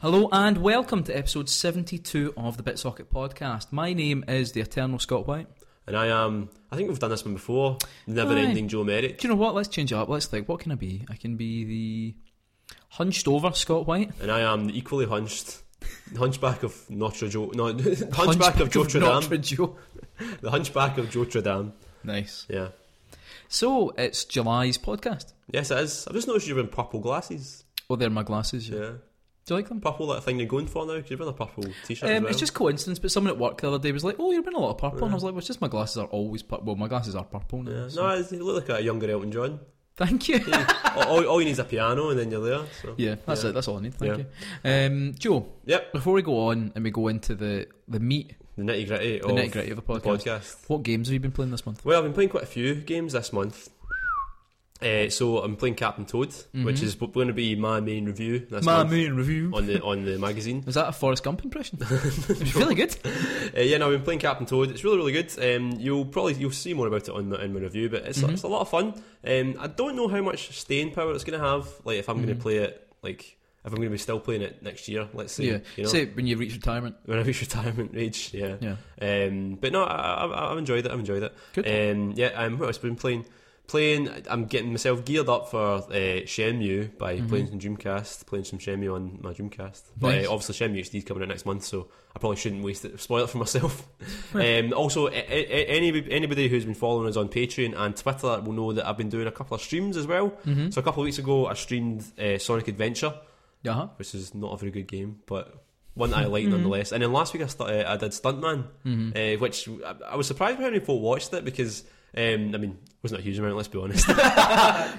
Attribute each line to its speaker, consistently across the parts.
Speaker 1: Hello and welcome to episode 72 of the BitSocket podcast. My name is the Eternal Scott White.
Speaker 2: And I am. I think we've done this one before. Never
Speaker 1: Aye.
Speaker 2: ending Joe Merrick.
Speaker 1: Do you know what? Let's change it up. Let's think, what can I be? I can be the hunched over Scott White.
Speaker 2: And I am the equally hunched. Hunchback of Notre Joe. No, hunchback, of Joe Tradam.
Speaker 1: Notre Joe.
Speaker 2: The hunchback of Joe Tradam.
Speaker 1: Nice.
Speaker 2: Yeah.
Speaker 1: So, it's July's podcast.
Speaker 2: Yes, it is. I've just noticed you're wearing purple glasses.
Speaker 1: Oh, they're my glasses. Yeah.
Speaker 2: Yeah.
Speaker 1: Do you like them?
Speaker 2: Purple, that thing you're going for now? 'cause you're wearing a purple t shirt. as
Speaker 1: Um,
Speaker 2: well.
Speaker 1: it's just coincidence, but someone at work the other day was like, "Oh, you're wearing a lot of purple," and I was like, "Well, it's just my glasses are always purple. Well, my glasses are purple now."
Speaker 2: Yeah.
Speaker 1: so-
Speaker 2: No, it's- you look like a younger Elton John.
Speaker 1: Thank you. Yeah,
Speaker 2: all, all- all you need is a piano and then you're there. So.
Speaker 1: that's
Speaker 2: Yeah.
Speaker 1: it. That's all I need. Thank
Speaker 2: Yeah.
Speaker 1: you, um, Joe.
Speaker 2: Yep.
Speaker 1: Before we go on and we go into the the meat,
Speaker 2: The nitty gritty
Speaker 1: the
Speaker 2: of
Speaker 1: nitty gritty of the
Speaker 2: the
Speaker 1: podcast,
Speaker 2: podcast.
Speaker 1: what games have you been playing this month?
Speaker 2: Well, I've been playing quite a few games this month. Uh, so I'm playing Captain Toad, which is going to be my main review this month
Speaker 1: Mm-hmm. main review.
Speaker 2: on the on the magazine.
Speaker 1: Was Oh, that a Forrest Gump impression? it was really good.
Speaker 2: Uh, yeah, no, I've been playing Captain Toad. It's really really good. Um, you'll probably you'll see more about it on my, in my review, but it's
Speaker 1: Mm-hmm.
Speaker 2: it's a lot of fun. Um, I don't know how much staying power it's going to have. Like if I'm
Speaker 1: Mm-hmm.
Speaker 2: going to play it, like if I'm going to be still playing it next year, let's say,
Speaker 1: yeah.
Speaker 2: you know,
Speaker 1: Say when you reach retirement.
Speaker 2: when I reach retirement age, yeah.
Speaker 1: Yeah.
Speaker 2: Um, but no, I, I, I've enjoyed it. I've enjoyed it.
Speaker 1: Good.
Speaker 2: Um, yeah, I'm, what else have I been playing? Playing, I'm getting myself geared up for uh, Shenmue by playing some Dreamcast, playing some Shenmue on my Dreamcast. But
Speaker 1: Mm-hmm. Nice.
Speaker 2: uh, obviously Shenmue HD is coming out next month, so I probably shouldn't waste it, spoil it for myself. um, also, a- a- any, anybody who's been following us on Patreon and Twitter will know that I've been doing a couple of streams as well.
Speaker 1: Mm-hmm.
Speaker 2: So a couple of weeks ago, I streamed uh, Sonic Adventure,
Speaker 1: Uh-huh.
Speaker 2: which is not a very good game, but one that I
Speaker 1: Mm-hmm.
Speaker 2: like nonetheless. And then last week I, stu- uh, I did Stuntman, uh, which I, I was surprised by how many people watched it because. Um, I mean, it wasn't a huge amount, let's be honest,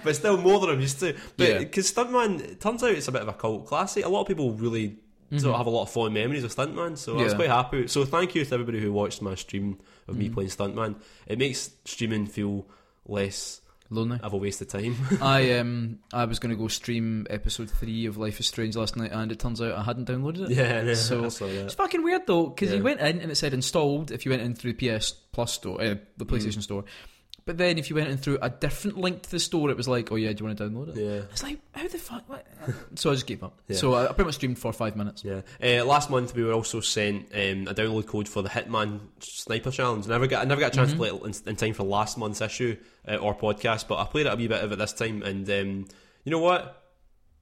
Speaker 2: but still more than I'm used to. But
Speaker 1: Yeah.
Speaker 2: because Stuntman, it turns out it's a bit of a cult classic. A lot of people really sort of have a lot of fond memories of Stuntman, so
Speaker 1: Mm-hmm.
Speaker 2: I was
Speaker 1: Yeah. Mm-hmm.
Speaker 2: quite happy. So thank you to everybody who watched my stream of me playing Stuntman. It makes streaming feel less
Speaker 1: Lonely.
Speaker 2: of a waste of time.
Speaker 1: I um I was going to go stream episode three of Life is Strange last night, and it turns out I hadn't downloaded it.
Speaker 2: yeah, no,
Speaker 1: So-
Speaker 2: I saw that.
Speaker 1: It's fucking weird though, because you
Speaker 2: Yeah.
Speaker 1: went in and it said installed if you went in through the PS Plus store, uh,
Speaker 2: Mm.
Speaker 1: the PlayStation store. But then if you went in through a different link to the store, it was like, oh yeah, do you want to download it?
Speaker 2: Yeah.
Speaker 1: It's like, how the fuck? What? so I just gave up.
Speaker 2: Yeah.
Speaker 1: So I I pretty much streamed for five minutes.
Speaker 2: Yeah. Uh, last month we were also sent um, a download code for the Hitman Sniper Challenge. Never got, I never got a chance to play it in, in time for last month's issue uh, or podcast, but I played it a wee bit of it this time, and um, you know what?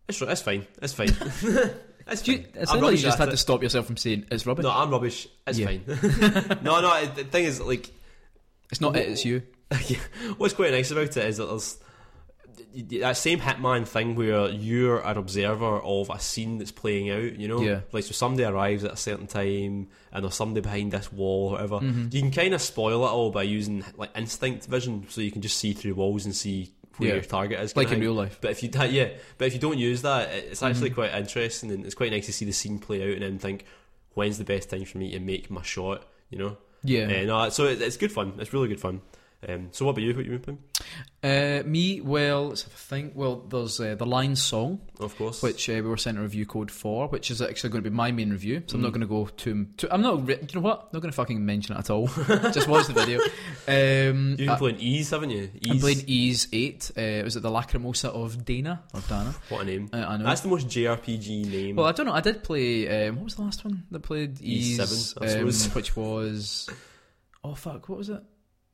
Speaker 2: It's r- it's fine. It's fine. it's
Speaker 1: Do
Speaker 2: fine.
Speaker 1: you, it
Speaker 2: I'm
Speaker 1: sounded like you
Speaker 2: rubbish
Speaker 1: just
Speaker 2: at
Speaker 1: had to
Speaker 2: it.
Speaker 1: stop yourself from saying it's rubbish.
Speaker 2: No, I'm rubbish. It's
Speaker 1: Yeah.
Speaker 2: fine. no, no. It, the thing is, like,
Speaker 1: it's not it, it's you.
Speaker 2: what's quite nice about it is that there's y- y- that same Hitman thing where you're an observer of a scene that's playing out, you know?
Speaker 1: Yeah.
Speaker 2: Like, so somebody arrives at a certain time and there's somebody behind this wall or whatever.
Speaker 1: Mm-hmm.
Speaker 2: You can kind of spoil it all by using, like, instinct vision, so you can just see through walls and see where
Speaker 1: Yeah.
Speaker 2: your target is.
Speaker 1: Like in
Speaker 2: kinda
Speaker 1: real life.
Speaker 2: But if you that, yeah, but if you don't use that, it- it's actually
Speaker 1: Mm-hmm.
Speaker 2: quite interesting and it's quite nice to see the scene play out and then think, when's the best time for me to make my shot, you know?
Speaker 1: Yeah.
Speaker 2: Uh, no, so it, it's good fun. It's really good fun. Um, so what about you? What you been playing?
Speaker 1: Uh, me, well, let's have a think. Well, there's uh, the line song,
Speaker 2: Oh, Of course.
Speaker 1: which uh, we were sent a review code for, which is actually going to be my main review. So I'm
Speaker 2: Mm.
Speaker 1: not going to go to, to. I'm not. re- Do you know what? not going to fucking mention it at all. Just watch the video. Um,
Speaker 2: you've been playing Ease, haven't you? Ease.
Speaker 1: I'm playing Ease Eight. Uh, was it the Lacrimosa of Dana or Dana?
Speaker 2: What a name.
Speaker 1: Uh, I know.
Speaker 2: That's the most JRPG name.
Speaker 1: well, I don't know. I did play. Um, what was the last one that played Ease?
Speaker 2: Ease E Seven, I
Speaker 1: um,
Speaker 2: suppose.
Speaker 1: which was oh fuck, what was it?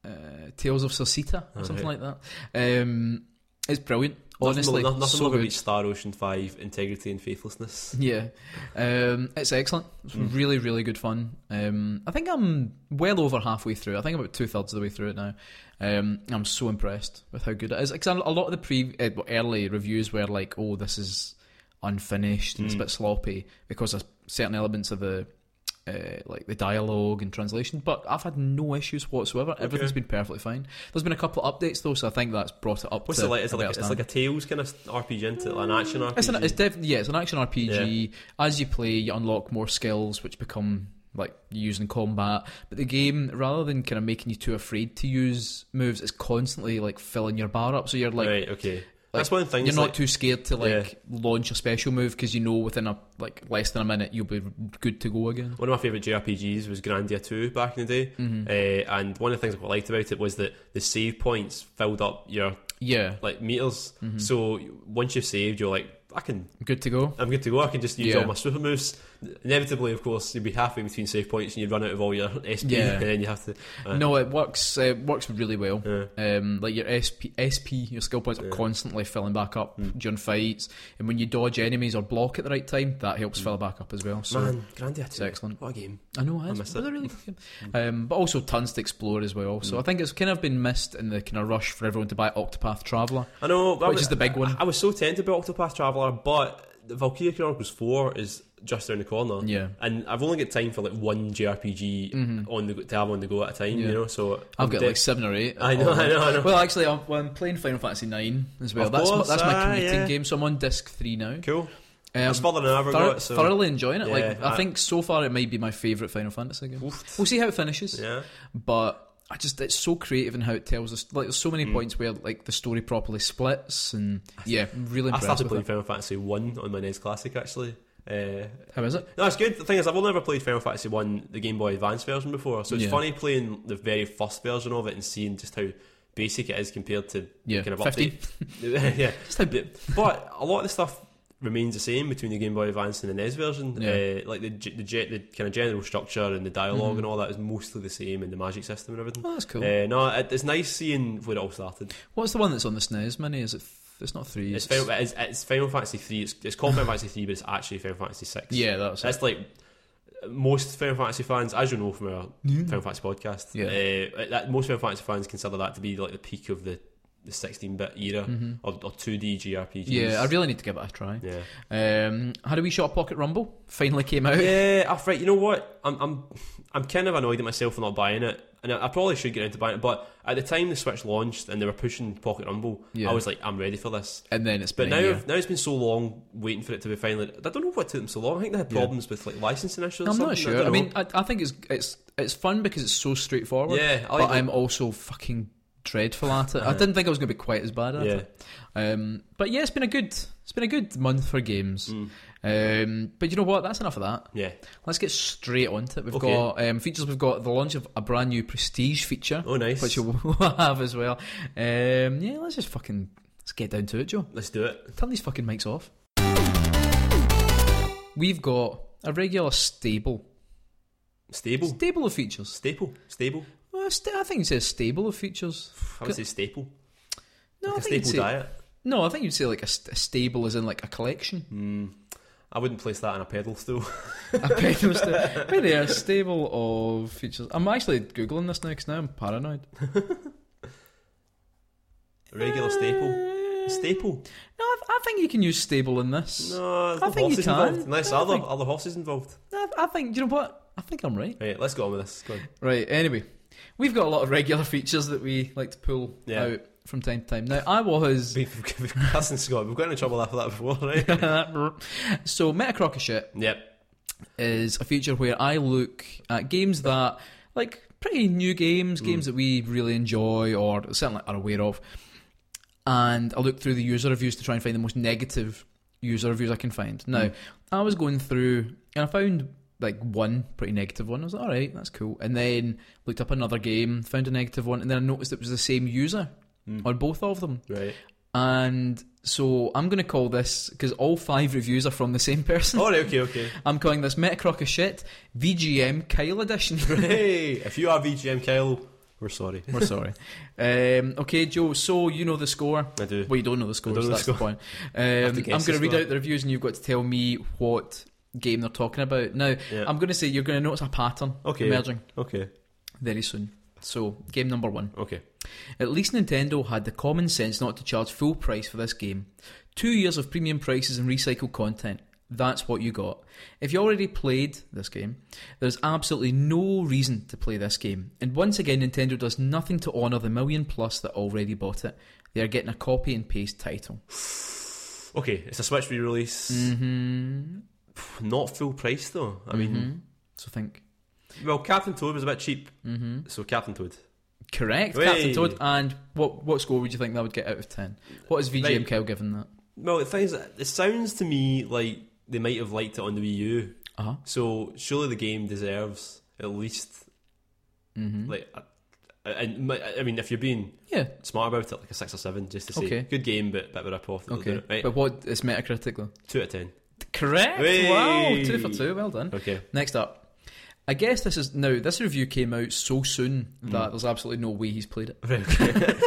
Speaker 1: Uh, Tales of Cersita or something
Speaker 2: Alright.
Speaker 1: like that. Um, it's brilliant.
Speaker 2: nothing
Speaker 1: Honestly,
Speaker 2: more, no- nothing
Speaker 1: so
Speaker 2: more
Speaker 1: good. Mhm.
Speaker 2: about Star Ocean Five: Integrity and Faithlessness.
Speaker 1: Yeah, um, it's excellent. It's
Speaker 2: Hmm.
Speaker 1: really, really good fun. Um, I think I'm well over halfway through. I think I'm about two thirds of the way through it now. Um, I'm so impressed with how good it is. Because a lot of the pre eh, well, early reviews were like, "Oh, this is unfinished and it's a
Speaker 2: Hmm.
Speaker 1: bit sloppy," because of certain elements of the uh, like the dialogue and translation. But I've had no issues whatsoever. Everything's been perfectly fine. There's been a couple of updates though, so I think that's brought it up.
Speaker 2: What's
Speaker 1: to
Speaker 2: it like? It's
Speaker 1: a
Speaker 2: like
Speaker 1: better
Speaker 2: it's
Speaker 1: standard.
Speaker 2: like a Tales kind of RPG into an action RPG.
Speaker 1: It's an it's definitely yeah, it's an action RPG. As you play, you unlock more skills which become like you use in combat. But the game, rather than kind of making you too afraid to use moves, it's constantly like filling your bar up. So you're like
Speaker 2: right. Okay. That's one thing.
Speaker 1: you're
Speaker 2: it's
Speaker 1: not
Speaker 2: like-
Speaker 1: too scared to like launch a special move because you know within a like less than a minute you'll be good to go again.
Speaker 2: One of my favourite JRPGs was Grandia 2 back in the day,
Speaker 1: Mm-hmm.
Speaker 2: uh, and one of the things I quite liked about it was that the save points filled up your
Speaker 1: Yeah, Mm-hmm.
Speaker 2: like meters. So once you've saved, you're like I can
Speaker 1: Good to go.
Speaker 2: I'm good to go. I can just use
Speaker 1: Yeah.
Speaker 2: all my super moves. Inevitably, of course, you'd be halfway between save points and you'd run out of all your SP,
Speaker 1: Yeah.
Speaker 2: and then you have to. uh,
Speaker 1: No, it works. uh, It works really well.
Speaker 2: Yeah.
Speaker 1: Um, like your SP, SP, your skill points are
Speaker 2: Yeah. Hmm.
Speaker 1: constantly filling back up during fights, and when you dodge enemies or block at the right time, that helps fill back up as well. So
Speaker 2: Hmm. man, Grandia
Speaker 1: it's
Speaker 2: 2.
Speaker 1: excellent.
Speaker 2: What a game.
Speaker 1: I know it is.
Speaker 2: miss
Speaker 1: It was a really good game. Um, but also tons to explore as well.
Speaker 2: Hmm.
Speaker 1: So I think it's kind of been missed in the kind of rush for everyone to buy Octopath Traveler.
Speaker 2: I know, I
Speaker 1: Which
Speaker 2: was-
Speaker 1: is the big one.
Speaker 2: I, I was so tempted by Octopath Traveler, but the Valkyria Chronicles 4 is just around the corner.
Speaker 1: Yeah. Mm-hmm.
Speaker 2: And I've only got time for like one JRPG on the go- to have on the go at a time,
Speaker 1: Yeah.
Speaker 2: you know. So
Speaker 1: I've
Speaker 2: I'm
Speaker 1: got
Speaker 2: de-
Speaker 1: like seven or eight.
Speaker 2: I know, I know, I know.
Speaker 1: Well, actually, I'm, well, I'm playing Final Fantasy Nine as well.
Speaker 2: Of
Speaker 1: that's
Speaker 2: course,
Speaker 1: my, that's my
Speaker 2: ah,
Speaker 1: commuting
Speaker 2: yeah.
Speaker 1: game. So I'm on disc three now.
Speaker 2: cool.
Speaker 1: Um,
Speaker 2: That's further than I ever
Speaker 1: thor-
Speaker 2: got. So
Speaker 1: Thoroughly enjoying it.
Speaker 2: Yeah,
Speaker 1: like I,
Speaker 2: I-
Speaker 1: think so far it might be my favourite Final Fantasy game. We'll see how it finishes.
Speaker 2: yeah,
Speaker 1: But I just it's so creative in how it tells us. Like there's so many points where like the story properly splits and yeah, I'm really
Speaker 2: Mm. I
Speaker 1: impressed
Speaker 2: started
Speaker 1: with
Speaker 2: playing
Speaker 1: it.
Speaker 2: Final Fantasy One on my NES Classic actually. Uh,
Speaker 1: How is it?
Speaker 2: no, it's good. The thing is, I've only ever played Final Fantasy One, the Game Boy Advance version before, so it's
Speaker 1: Yeah.
Speaker 2: funny playing the very first version of it and seeing just how basic it is compared to
Speaker 1: Yeah,
Speaker 2: kind of
Speaker 1: 15.
Speaker 2: update. yeah,
Speaker 1: Just how
Speaker 2: Yeah, but a lot of the stuff remains the same between the Game Boy Advance and the NES version.
Speaker 1: Yeah.
Speaker 2: Uh, like the, ge- the ge- the kind of general structure and the dialog and all that is mostly the same, and the magic system and everything.
Speaker 1: Oh, that's cool.
Speaker 2: Uh, no, it, it's nice seeing where it all started.
Speaker 1: What's the one that's on the SNES mini? Is it? th- It's not three.
Speaker 2: It's Final, it's, it's Final Fantasy three. It's, it's called Final Fantasy three, but it's actually Final Fantasy six.
Speaker 1: yeah, that's it.
Speaker 2: that's like most Final Fantasy fans, as you know from our
Speaker 1: Mm.
Speaker 2: Final Fantasy podcast. Yeah, uh, that, most Final Fantasy fans consider that to be like the peak of the the sixteen bit era or or two D GRPGs.
Speaker 1: Mm-hmm. Yeah, I really need to give it a try.
Speaker 2: yeah.
Speaker 1: Um, how do we shot Pocket Rumble? Finally came out.
Speaker 2: Yeah, I've right. You know what? I'm I'm I'm kind of annoyed at myself for not buying it, and I, I probably should get into buying it. But at the time the Switch launched and they were pushing Pocket Rumble,
Speaker 1: Yeah.
Speaker 2: I was like, I'm ready for this.
Speaker 1: And then it's
Speaker 2: But
Speaker 1: been
Speaker 2: now,
Speaker 1: a year.
Speaker 2: now it's been so long waiting for it to be finally. I don't know what took them so long. I think they had
Speaker 1: Yeah.
Speaker 2: problems with like licensing issues. or
Speaker 1: I'm
Speaker 2: something.
Speaker 1: not
Speaker 2: I,
Speaker 1: sure.
Speaker 2: don't
Speaker 1: I,
Speaker 2: know.
Speaker 1: mean, I, I think it's it's it's fun because it's so straightforward.
Speaker 2: yeah, I
Speaker 1: but
Speaker 2: like the-
Speaker 1: I'm also fucking dreadful at it. I didn't think I was going to be quite as bad at
Speaker 2: yeah.
Speaker 1: it. Um, but yeah, it's been a good it's been a good month for games.
Speaker 2: Mm.
Speaker 1: Um, but you know what? That's enough of that.
Speaker 2: Yeah.
Speaker 1: Let's get straight onto it. We've
Speaker 2: Okay.
Speaker 1: got um, features. We've got the launch of a brand new prestige feature,
Speaker 2: Oh, nice.
Speaker 1: which we'll have as well. Um, yeah, let's just fucking let's get down to it, Joe.
Speaker 2: Let's do it.
Speaker 1: Turn these fucking mics off. We've got a regular stable
Speaker 2: Stable.
Speaker 1: stable of features.
Speaker 2: Staple. Stable.
Speaker 1: Well, st- I think it says stable of features.
Speaker 2: I would say staple.
Speaker 1: No, I
Speaker 2: Like a
Speaker 1: think you'd
Speaker 2: staple
Speaker 1: say
Speaker 2: diet.
Speaker 1: no. I think you'd say like a, st- a stable is in like a collection.
Speaker 2: I wouldn't place that on a pedal stool.
Speaker 1: a pedal sta- Wait there, stable of features. I'm actually googling this now because now I'm paranoid.
Speaker 2: Regular staple.
Speaker 1: Uh,
Speaker 2: Staple.
Speaker 1: No, I, I think you can use stable in this.
Speaker 2: No, there's
Speaker 1: I
Speaker 2: no
Speaker 1: think you
Speaker 2: horses
Speaker 1: can.
Speaker 2: involved. Unless
Speaker 1: I
Speaker 2: other
Speaker 1: think-
Speaker 2: other horses involved.
Speaker 1: I, I think you know what. I think I'm right.
Speaker 2: Right, let's go on with this. Go on.
Speaker 1: Right. Anyway, we've got a lot of regular features that we like to pull
Speaker 2: Yeah.
Speaker 1: out from time to time. Now, I was
Speaker 2: We've, we've, that's in Scott. We've got into trouble after that before, right?
Speaker 1: so Metacritic is shit.
Speaker 2: yep.
Speaker 1: is a feature where I look at games that, like, pretty new games, games that we really enjoy or certainly are aware of, and I look through the user reviews to try and find the most negative user reviews I can find. Now, I was going through and I found like one pretty negative one. I was like, all right, that's cool. And then looked up another game, found a negative one, and then I noticed it was the same user on both of them.
Speaker 2: Right.
Speaker 1: And so I'm going to call this because all five reviews are from the same person.
Speaker 2: All right. Okay. Okay.
Speaker 1: I'm calling this Metacroc of shit VGM Kyle edition.
Speaker 2: Hey, if you are VGM Kyle, we're sorry.
Speaker 1: We're sorry. Um, okay, Joe. So you know the score.
Speaker 2: I do.
Speaker 1: Well, you don't know the score.
Speaker 2: I don't
Speaker 1: so
Speaker 2: know the
Speaker 1: that's the,
Speaker 2: score.
Speaker 1: point.
Speaker 2: have
Speaker 1: Um,
Speaker 2: to
Speaker 1: I'm
Speaker 2: guess
Speaker 1: going to
Speaker 2: the
Speaker 1: read
Speaker 2: score.
Speaker 1: out the reviews, and you've got to tell me what game they're talking about. Now,
Speaker 2: Yeah.
Speaker 1: I'm going to say you're going to notice a pattern
Speaker 2: Okay.
Speaker 1: emerging
Speaker 2: Okay.
Speaker 1: very soon. So, game number one.
Speaker 2: Okay.
Speaker 1: At least Nintendo had the common sense not to charge full price for this game. Two years of premium prices and recycled content. That's what you got. If you already played this game, there's absolutely no reason to play this game. And once again, Nintendo does nothing to honour the million plus that already bought it. They are getting a copy and paste title.
Speaker 2: Okay. It's a Switch re-release.
Speaker 1: Mm-hmm.
Speaker 2: Not full price though. I mean,
Speaker 1: So think. Mm-hmm.
Speaker 2: well, Captain Toad was a bit cheap, mm-hmm. so Captain Toad.
Speaker 1: Correct,
Speaker 2: Whey!
Speaker 1: Captain Toad. And what what score would you think that would get out of 10? What is VGM
Speaker 2: Right.
Speaker 1: Kyle giving that?
Speaker 2: Well, the thing is, it sounds to me like they might have liked it on the Wii U.
Speaker 1: Uh-huh.
Speaker 2: So surely the game deserves at least
Speaker 1: Mm-hmm.
Speaker 2: like a, and my, I mean, if you're being
Speaker 1: Yeah.
Speaker 2: smart about it, like a six or seven, just to say
Speaker 1: Okay.
Speaker 2: good game, but bit of a rip off.
Speaker 1: Okay.
Speaker 2: right?
Speaker 1: But what is Metacritic though?
Speaker 2: two out of ten.
Speaker 1: Correct.
Speaker 2: Hey.
Speaker 1: Wow. Two for two. Well done.
Speaker 2: Okay,
Speaker 1: Next up. I guess this is now this review came out so soon that there's absolutely no way he's played it.
Speaker 2: Right, okay.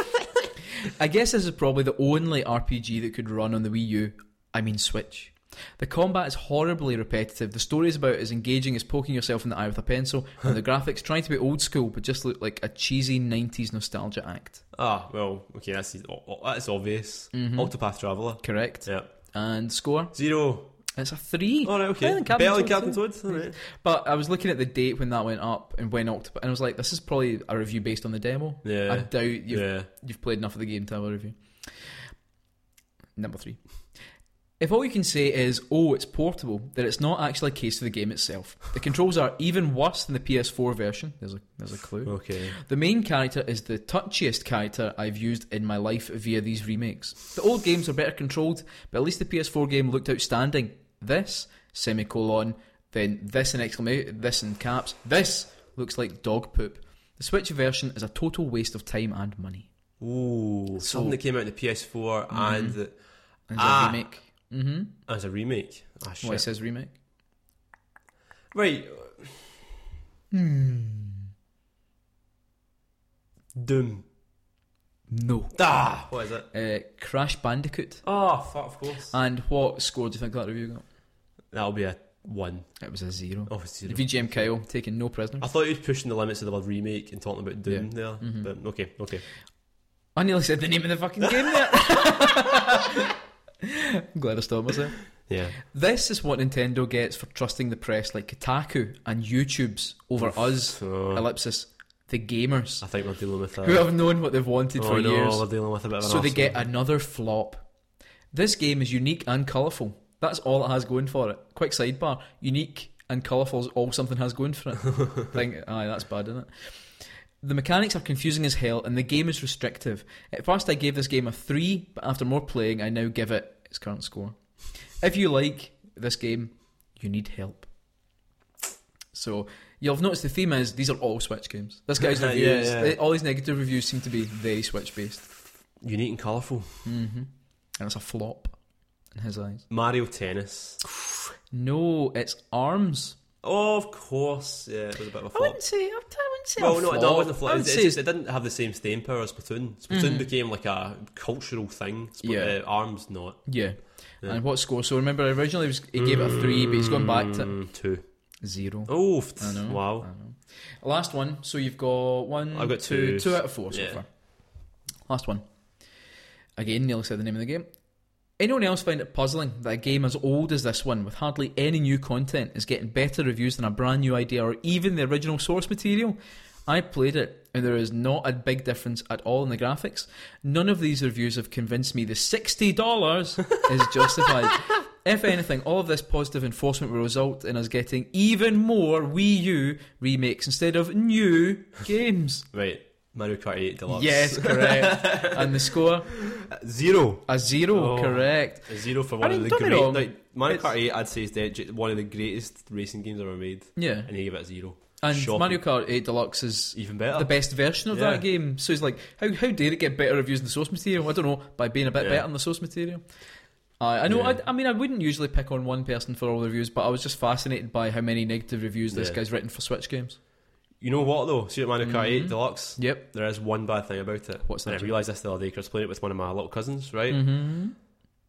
Speaker 1: I guess this is probably the only RPG that could run on the Wii U, I mean Switch. The combat is horribly repetitive. The story is about as engaging as poking yourself in the eye with a pencil, and the graphics trying to be old school but just look like a cheesy 90s nostalgia act.
Speaker 2: ah, well, okay, that's oh, that's obvious.
Speaker 1: Mm-hmm.
Speaker 2: Octopath Traveler,
Speaker 1: Correct.
Speaker 2: yeah,
Speaker 1: And score?
Speaker 2: zero.
Speaker 1: It's a 3.
Speaker 2: All right,
Speaker 1: Better
Speaker 2: okay,
Speaker 1: than Captain
Speaker 2: better than
Speaker 1: Toad,
Speaker 2: Captain
Speaker 1: too.
Speaker 2: Toad. All right.
Speaker 1: But I was looking at the date when that went up and when Octopath, and I was like, this is probably a review based on the demo. I
Speaker 2: Yeah,
Speaker 1: doubt you've
Speaker 2: yeah.
Speaker 1: You've played enough of the game to have a review. Number three. If all you can say is, oh, it's portable, then it's not actually a case of the game itself. The controls are even worse than the PS4 version. There's a, there's a clue.
Speaker 2: Okay.
Speaker 1: The main character is the touchiest character I've used in my life via these remakes. The old games are better controlled, but at least the PS4 game looked outstanding. This, semicolon, then this and exclamation, this in caps, this looks like dog poop. The Switch version is a total waste of time and money.
Speaker 2: Ooh, something that came out in the PS4
Speaker 1: Mm-hmm.
Speaker 2: and the,
Speaker 1: And
Speaker 2: Ah.
Speaker 1: a remake. Mm-hmm.
Speaker 2: as a remake. Ah, shit.
Speaker 1: Well, it says remake.
Speaker 2: Right. Hmm. Doom.
Speaker 1: No.
Speaker 2: Ah, what is it?
Speaker 1: Uh, Crash Bandicoot.
Speaker 2: Oh, fuck, of course.
Speaker 1: And what score do you think that review got?
Speaker 2: That'll be a one.
Speaker 1: It was a zero.
Speaker 2: Oh, it's zero.
Speaker 1: VGM Kyle taking no prisoners.
Speaker 2: I thought you was pushing the limits of the word remake and talking about Doom there, but okay, okay.
Speaker 1: I nearly said the name of the fucking game there. I'm glad I stopped myself.
Speaker 2: Yeah.
Speaker 1: This is what Nintendo gets for trusting the press like Kotaku and YouTube's over
Speaker 2: Oh,
Speaker 1: us,
Speaker 2: So,
Speaker 1: ellipsis, the gamers,
Speaker 2: I think we're dealing with a.
Speaker 1: who have known what they've wanted
Speaker 2: oh,
Speaker 1: for
Speaker 2: no,
Speaker 1: years.
Speaker 2: we're dealing with a bit of an
Speaker 1: So they
Speaker 2: arsehole.
Speaker 1: get another flop. This game is unique and colourful. That's all it has going for it. Quick sidebar: unique and colourful is all something has going for it. Think, aye, that's bad, isn't it? The mechanics are confusing as hell, and the game is restrictive. At first, I gave this game a three, but after more playing, I now give it its current score. If you like this game, you need help. So you'll have noticed the theme is these are all Switch games. This guy's
Speaker 2: Yeah,
Speaker 1: reviews,
Speaker 2: yeah.
Speaker 1: they- all these negative reviews seem to be very Switch based.
Speaker 2: Unique and colourful.
Speaker 1: Mm-hmm. And it's a flop in his eyes.
Speaker 2: Mario Tennis.
Speaker 1: No, it's arms.
Speaker 2: Oh, of course. Yeah, it was a bit of a
Speaker 1: I
Speaker 2: flop.
Speaker 1: wouldn't say. I wouldn't say.
Speaker 2: Well,
Speaker 1: a
Speaker 2: no,
Speaker 1: flop.
Speaker 2: it wasn't a flop.
Speaker 1: I
Speaker 2: It,
Speaker 1: would
Speaker 2: it's-
Speaker 1: say it's,
Speaker 2: it didn't have the same staying power as Splatoon. Splatoon became like a cultural thing. Spl-
Speaker 1: Yeah.
Speaker 2: uh, arms not.
Speaker 1: yeah.
Speaker 2: Yeah.
Speaker 1: And what score? So remember, originally he, was, he gave it a three, but he's gone back to
Speaker 2: Mm, two.
Speaker 1: zero.
Speaker 2: Oh, f-
Speaker 1: I know. I
Speaker 2: wow.
Speaker 1: know. Last one. So you've got one.
Speaker 2: I've got
Speaker 1: two.
Speaker 2: two.
Speaker 1: Two out of four so
Speaker 2: Yeah.
Speaker 1: far. Last one. Again, nearly said the name of the game. Anyone else find it puzzling that a game as old as this one, with hardly any new content, is getting better reviews than a brand new idea or even the original source material? I played it, and there is not a big difference at all in the graphics. None of these reviews have convinced me the $60 is justified. If anything, all of this positive enforcement will result in us getting even more Wii U remakes instead of new games.
Speaker 2: Right. Mario Kart 8 Deluxe.
Speaker 1: yes, correct. and the score?
Speaker 2: Zero.
Speaker 1: A zero,
Speaker 2: Oh.
Speaker 1: correct.
Speaker 2: A zero for one
Speaker 1: mean,
Speaker 2: of the
Speaker 1: don't get me
Speaker 2: great.
Speaker 1: wrong,
Speaker 2: Like, Mario
Speaker 1: it's-
Speaker 2: Kart 8, I'd say, is the, one of the greatest racing games ever made.
Speaker 1: Yeah.
Speaker 2: And he gave it a zero.
Speaker 1: And
Speaker 2: Shocking.
Speaker 1: Mario Kart 8 Deluxe is
Speaker 2: Even better.
Speaker 1: the best version of
Speaker 2: Yeah.
Speaker 1: that game. So it's like, how how did it get better reviews than the source material? I don't know by being a bit
Speaker 2: Yeah.
Speaker 1: better than the source material. I I know.
Speaker 2: Yeah.
Speaker 1: I, I mean, I wouldn't usually pick on one person for all the reviews, but I was just fascinated by how many negative reviews this
Speaker 2: Yeah.
Speaker 1: guy's written for Switch games.
Speaker 2: you know what, though? See, at Mario Kart 8
Speaker 1: Mhm.
Speaker 2: Deluxe,
Speaker 1: Yep.
Speaker 2: there is one bad thing about it.
Speaker 1: What's
Speaker 2: And
Speaker 1: that,
Speaker 2: I
Speaker 1: Jim?
Speaker 2: realised this the other day because I was playing it with one of my little cousins, right?
Speaker 1: Mm-hmm.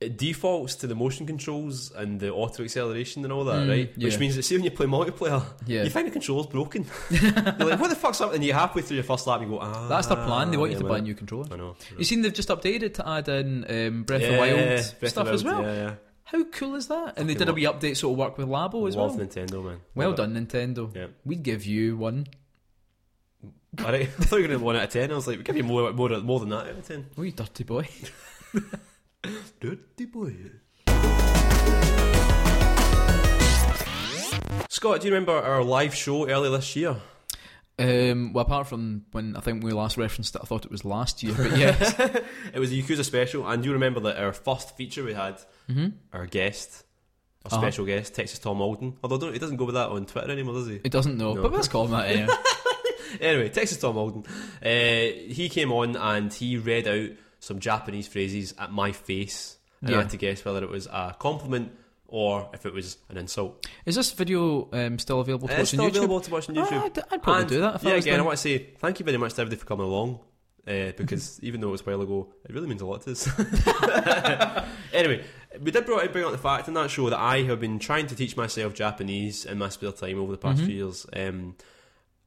Speaker 2: it defaults to the motion controls and the auto acceleration and all that,
Speaker 1: Mm,
Speaker 2: right?
Speaker 1: yeah.
Speaker 2: Which means that see when you play multiplayer,
Speaker 1: Yeah.
Speaker 2: you find the controls broken. You're like, what the fuck's up? And you're halfway through your first lap, and you go, ah.
Speaker 1: That's their plan. They want you
Speaker 2: yeah,
Speaker 1: to buy a
Speaker 2: man.
Speaker 1: new controller.
Speaker 2: I know.
Speaker 1: You seen they've just updated it to add in um, Breath
Speaker 2: yeah,
Speaker 1: of the Wild
Speaker 2: Breath of the
Speaker 1: stuff as
Speaker 2: Wild,
Speaker 1: well.
Speaker 2: Yeah, yeah.
Speaker 1: How cool is that? And they
Speaker 2: Fucking
Speaker 1: did a
Speaker 2: love-
Speaker 1: wee update so it'll work with Labo as
Speaker 2: Love
Speaker 1: well.
Speaker 2: Nintendo, man.
Speaker 1: Well
Speaker 2: Love it.
Speaker 1: done, Nintendo.
Speaker 2: Yeah.
Speaker 1: We'd give you one.
Speaker 2: All right. I thought you were going to one out of ten. I was like, we give you more, more, more than that out of ten.
Speaker 1: Oh, you dirty boy.
Speaker 2: Dirty boy. Scott, do you remember our live show earlier this year?
Speaker 1: Um, well, apart from when I think we last referenced it, I thought it was last year, but yes.
Speaker 2: It was a Yakuza special, and you remember that our first feature we had, our guest, our
Speaker 1: Mm-hmm. Uh-huh.
Speaker 2: special guest, Texas Tom Alden. Although I don't, he doesn't go with that on Twitter anymore, does he?
Speaker 1: it doesn't know,
Speaker 2: No.
Speaker 1: but let's call him that. Yeah.
Speaker 2: anyway, Texas Tom Ogden. Uh, he came on and he read out some Japanese phrases at my face. And I
Speaker 1: Yeah.
Speaker 2: had to guess whether it was a compliment or if it was an insult.
Speaker 1: Is this video um, still available to
Speaker 2: it's
Speaker 1: watch
Speaker 2: still
Speaker 1: on YouTube?
Speaker 2: available to watch on YouTube.
Speaker 1: Ah, I'd, I'd probably
Speaker 2: And-
Speaker 1: do that. If
Speaker 2: yeah,
Speaker 1: I was
Speaker 2: again, I
Speaker 1: done.
Speaker 2: want to say thank you very much to everybody for coming along. Uh, because even though it was a while ago, it really means a lot to us. anyway, we did bring, bring out the fact in that show that I have been trying to teach myself Japanese in my spare time over the past
Speaker 1: Mhm.
Speaker 2: few years. Um,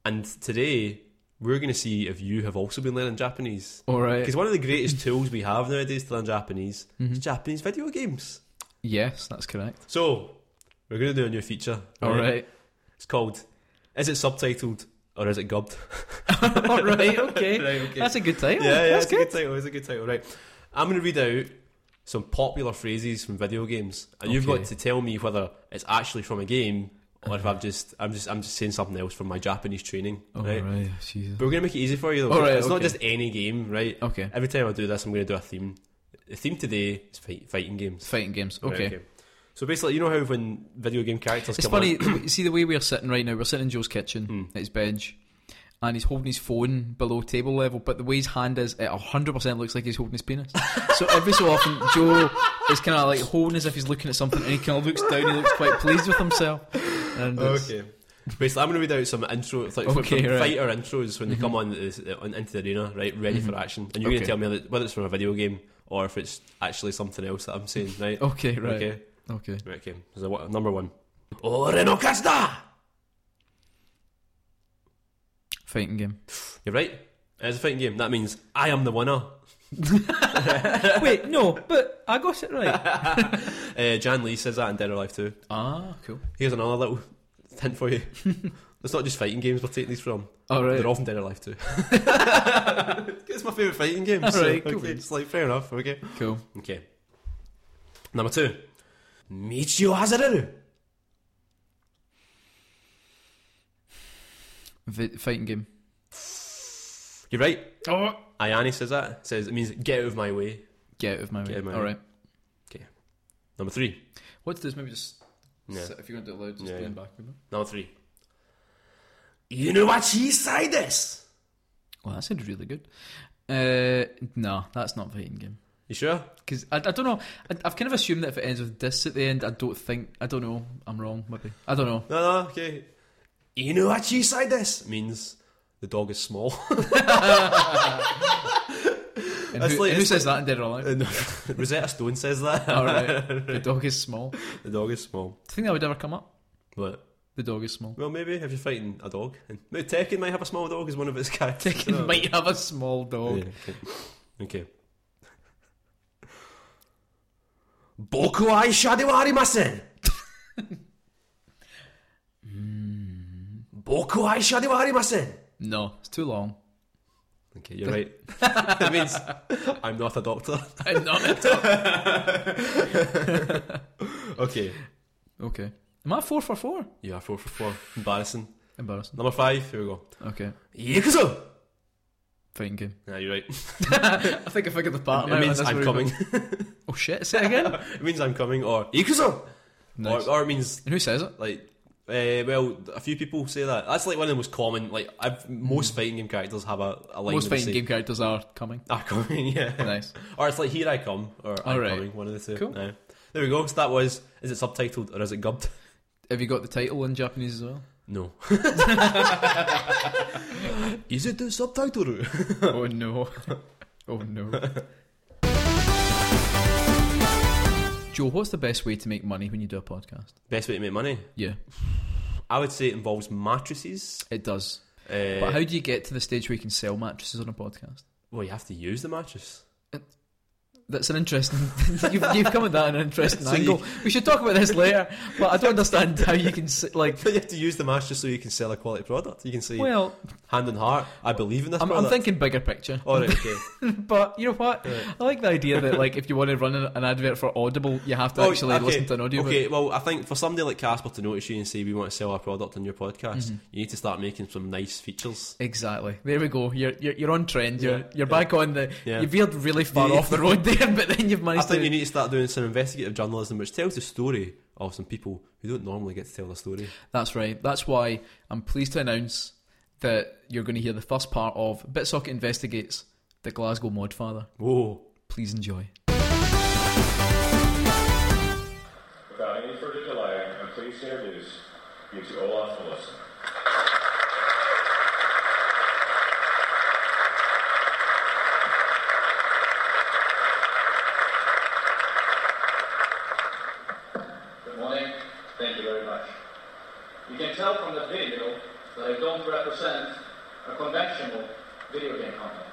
Speaker 2: and today, we're going to see if you have also been learning Japanese.
Speaker 1: All right.
Speaker 2: Because one of the greatest tools we have nowadays to learn Japanese is
Speaker 1: Mhm.
Speaker 2: Japanese video games.
Speaker 1: Yes, that's correct.
Speaker 2: So, we're going to do a new feature. Eh,
Speaker 1: All right.
Speaker 2: It's called Is It Subtitled or Is It Gubbed?
Speaker 1: All right. Okay.
Speaker 2: Right, okay.
Speaker 1: That's a good title.
Speaker 2: yeah, yeah,
Speaker 1: that's
Speaker 2: it's a good
Speaker 1: good.
Speaker 2: title. It's a good title, right? I'm going to read out some popular phrases from video games, and you've
Speaker 1: Okay. Uh-huh.
Speaker 2: got to tell me whether it's actually from a game or if I'm just, I'm just, I'm just saying something else from my Japanese training,
Speaker 1: All
Speaker 2: right?
Speaker 1: Oh, right. Jesus.
Speaker 2: But we're going to make it easy for you, though.
Speaker 1: All right,
Speaker 2: it's not
Speaker 1: okay.
Speaker 2: just any game, right?
Speaker 1: Okay.
Speaker 2: Every time I do this, I'm going to do a theme. The theme today is fight, fighting games.
Speaker 1: Fighting games.
Speaker 2: Right,
Speaker 1: Okay.
Speaker 2: So basically, you know how when video game characters
Speaker 1: It's
Speaker 2: come
Speaker 1: funny.
Speaker 2: out-
Speaker 1: you see the way we're sitting right now. We're sitting in Joe's kitchen
Speaker 2: Hmm.
Speaker 1: at his bench, and he's holding his phone below table level. But the way his hand is, it hundred percent looks like he's holding his penis. so every so often, Joe is kind of like holding as if he's looking at something, and he kind of looks down. He looks quite pleased with himself. And it's-
Speaker 2: Okay. Basically, I'm going to read out some intro, like
Speaker 1: Okay,
Speaker 2: from
Speaker 1: right. Mm-hmm.
Speaker 2: fighter intros when they come on, the, on into the arena, right, ready for action, and you're
Speaker 1: Okay.
Speaker 2: going to tell me whether it's from a video game or if it's actually something else that I'm saying, right?
Speaker 1: Okay. Right. Okay.
Speaker 2: Okay. Right, okay. So what, number one. Oh, Ore no kasta.
Speaker 1: Fighting game.
Speaker 2: You're right. It's a fighting game. That means I am the winner.
Speaker 1: Wait, no, but I got it right.
Speaker 2: Uh, Jan Lee says that in Dead or Alive too.
Speaker 1: ah, cool.
Speaker 2: Here's another little hint for you. it's not just fighting games we're taking these from.
Speaker 1: All right.
Speaker 2: They're often dead or alive too. it's my favourite fighting game.
Speaker 1: All
Speaker 2: so,
Speaker 1: right, cool.
Speaker 2: okay, it's like fair enough. Okay.
Speaker 1: Cool.
Speaker 2: Okay. Number two. Michio Hazareru.
Speaker 1: V- fighting game.
Speaker 2: You're right.
Speaker 1: Oh,
Speaker 2: Ayani says that. Says it means get out of my way.
Speaker 1: get out of my way.
Speaker 2: Get out of my
Speaker 1: All
Speaker 2: way.
Speaker 1: right.
Speaker 2: Number three.
Speaker 1: What does maybe just
Speaker 2: Yeah.
Speaker 1: sit- if you're going to do it loud, just
Speaker 2: Yeah,
Speaker 1: lean
Speaker 2: yeah.
Speaker 1: back. Remember?
Speaker 2: Number three. Inuachi Saides.
Speaker 1: Well, that sounded really good. Uh, no, that's not fighting game.
Speaker 2: You sure?
Speaker 1: Because I, I don't know. I, I've kind of assumed that if it ends with this at the end, I don't think. I don't know. I'm wrong. Maybe I don't know.
Speaker 2: No, no, okay. Inuachi Saides means the dog is small.
Speaker 1: And
Speaker 2: That's
Speaker 1: who,
Speaker 2: like-
Speaker 1: and who
Speaker 2: it's
Speaker 1: says that in Dead or Alive?
Speaker 2: And Rosetta Stone says that.
Speaker 1: All right. The dog is small. Do
Speaker 2: The dog is small.
Speaker 1: you think that would ever come up?
Speaker 2: But
Speaker 1: The dog is small.
Speaker 2: well, maybe if you're fighting a dog, and maybe Tekken might have a small dog as one of its characters.
Speaker 1: Tekken might have a small dog.
Speaker 2: Yeah, okay. okay. Boku wa isha de wa arimasen.
Speaker 1: Hmm.
Speaker 2: Boku wa isha de wa arimasen.
Speaker 1: No, it's too long.
Speaker 2: Okay, you're right. it means I'm not a doctor.
Speaker 1: I'm not at all.
Speaker 2: Okay,
Speaker 1: Okay. Am I four for four?
Speaker 2: you are four for four. Embarrassing.
Speaker 1: Embarrassing.
Speaker 2: Number five. Here we go.
Speaker 1: Okay.
Speaker 2: Yakuza.
Speaker 1: Fighting game.
Speaker 2: Yeah, you're right.
Speaker 1: I think I figured the pattern.
Speaker 2: it
Speaker 1: out,
Speaker 2: means
Speaker 1: that's
Speaker 2: I'm
Speaker 1: where we
Speaker 2: coming.
Speaker 1: go. Oh shit! Say it again.
Speaker 2: it means I'm coming, or Yakuza,
Speaker 1: nice.
Speaker 2: or, or it means
Speaker 1: and who says it?
Speaker 2: like. Uh, well, a few people say that. That's like one of the most common. Like, I've, most fighting game characters have a, a
Speaker 1: Hmm. Most
Speaker 2: line. where they
Speaker 1: fighting
Speaker 2: say,
Speaker 1: game characters are coming.
Speaker 2: Are coming, yeah.
Speaker 1: Nice.
Speaker 2: Or it's like here I come, or I'm
Speaker 1: All right.
Speaker 2: coming. One of the two.
Speaker 1: Cool.
Speaker 2: Yeah. There we go. So that was. Is it subtitled or is it gubbed?
Speaker 1: Have you got the title in Japanese as well?
Speaker 2: No. is it the subtitle?
Speaker 1: oh no. oh no. Joe, what's the best way to make money when you do a podcast?
Speaker 2: Best way to make money.
Speaker 1: Yeah,
Speaker 2: I would say it involves mattresses.
Speaker 1: it does.
Speaker 2: Uh,
Speaker 1: but how do you get to the stage where you can sell mattresses on a podcast?
Speaker 2: well, you have to use the mattress.
Speaker 1: That's an interesting. you've, you've come at that at an interesting
Speaker 2: So you-
Speaker 1: angle. We should talk about this later. But I don't understand how you can s- like.
Speaker 2: you have to use the mattress so you can sell a quality product. You can say,
Speaker 1: Well,
Speaker 2: hand on heart, I believe in this
Speaker 1: I'm, I'm
Speaker 2: product.
Speaker 1: thinking bigger picture.
Speaker 2: All right, okay.
Speaker 1: But you know what?
Speaker 2: Right.
Speaker 1: I like the idea that like if you want to run an an advert for Audible, you have to
Speaker 2: Well,
Speaker 1: actually
Speaker 2: Oh, okay,
Speaker 1: listen to an audio.
Speaker 2: Okay, well, I think for somebody like Casper to notice you and say we want to sell our product on your
Speaker 1: Mm-hmm.
Speaker 2: podcast, you need to start making some nice features.
Speaker 1: Exactly. There we go. You're you're, you're on trend. You're
Speaker 2: Yeah,
Speaker 1: you're back on the.
Speaker 2: Yeah.
Speaker 1: You veered really far
Speaker 2: Yeah.
Speaker 1: off the road there, but then you've
Speaker 2: I
Speaker 1: managed
Speaker 2: think
Speaker 1: to.
Speaker 2: you need to start doing some investigative journalism, which tells the story of some people who don't normally get to tell their story.
Speaker 1: That's right. That's why I'm pleased to announce that you're going to hear the first part of Bitsocket Investigates the Glasgow Modfather.
Speaker 2: Whoa.
Speaker 1: Please enjoy.
Speaker 3: Without any further delay, I'm pleased to introduce you to Olaf Wilson.
Speaker 4: Good morning. Thank you very much. You can tell from the video that I don't represent a conventional video game company.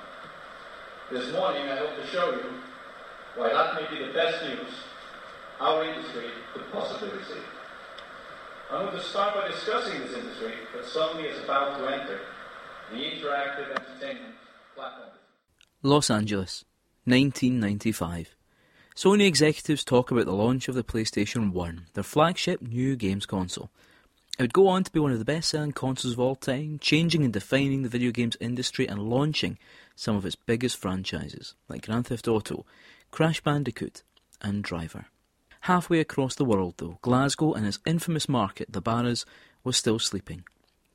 Speaker 4: This morning I hope to show you why that may be the best news our industry could possibly receive. I want to start by discussing this industry that suddenly is about to enter the interactive entertainment platform.
Speaker 5: Los Angeles, 1995. Sony executives talk about the launch of the PlayStation 1, their flagship new games console. It would go on to be one of the best selling consoles of all time, changing and defining the video games industry and launching some of its biggest franchises, like Grand Theft Auto, Crash Bandicoot, and Driver. Halfway across the world, though, Glasgow and its infamous market, the Barras, was still sleeping.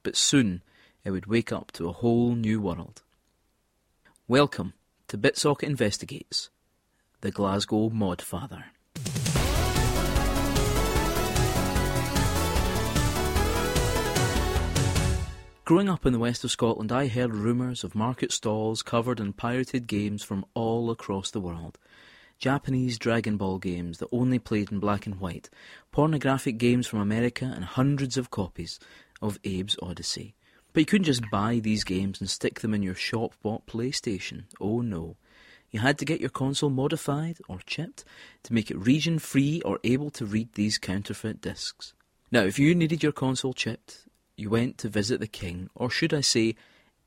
Speaker 5: But soon, it would wake up to a whole new world. Welcome to Bitsocket Investigates, the Glasgow Modfather. Growing up in the west of Scotland, I heard rumours of market stalls covered in pirated games from all across the world. Japanese Dragon Ball games that only played in black and white, pornographic games from America, and hundreds of copies of Abe's Odyssey. But you couldn't just buy these games and stick them in your shop bought PlayStation. Oh no. You had to get your console modified or chipped to make it region free or able to read these counterfeit discs. Now, if you needed your console chipped, you went to visit the King, or should I say,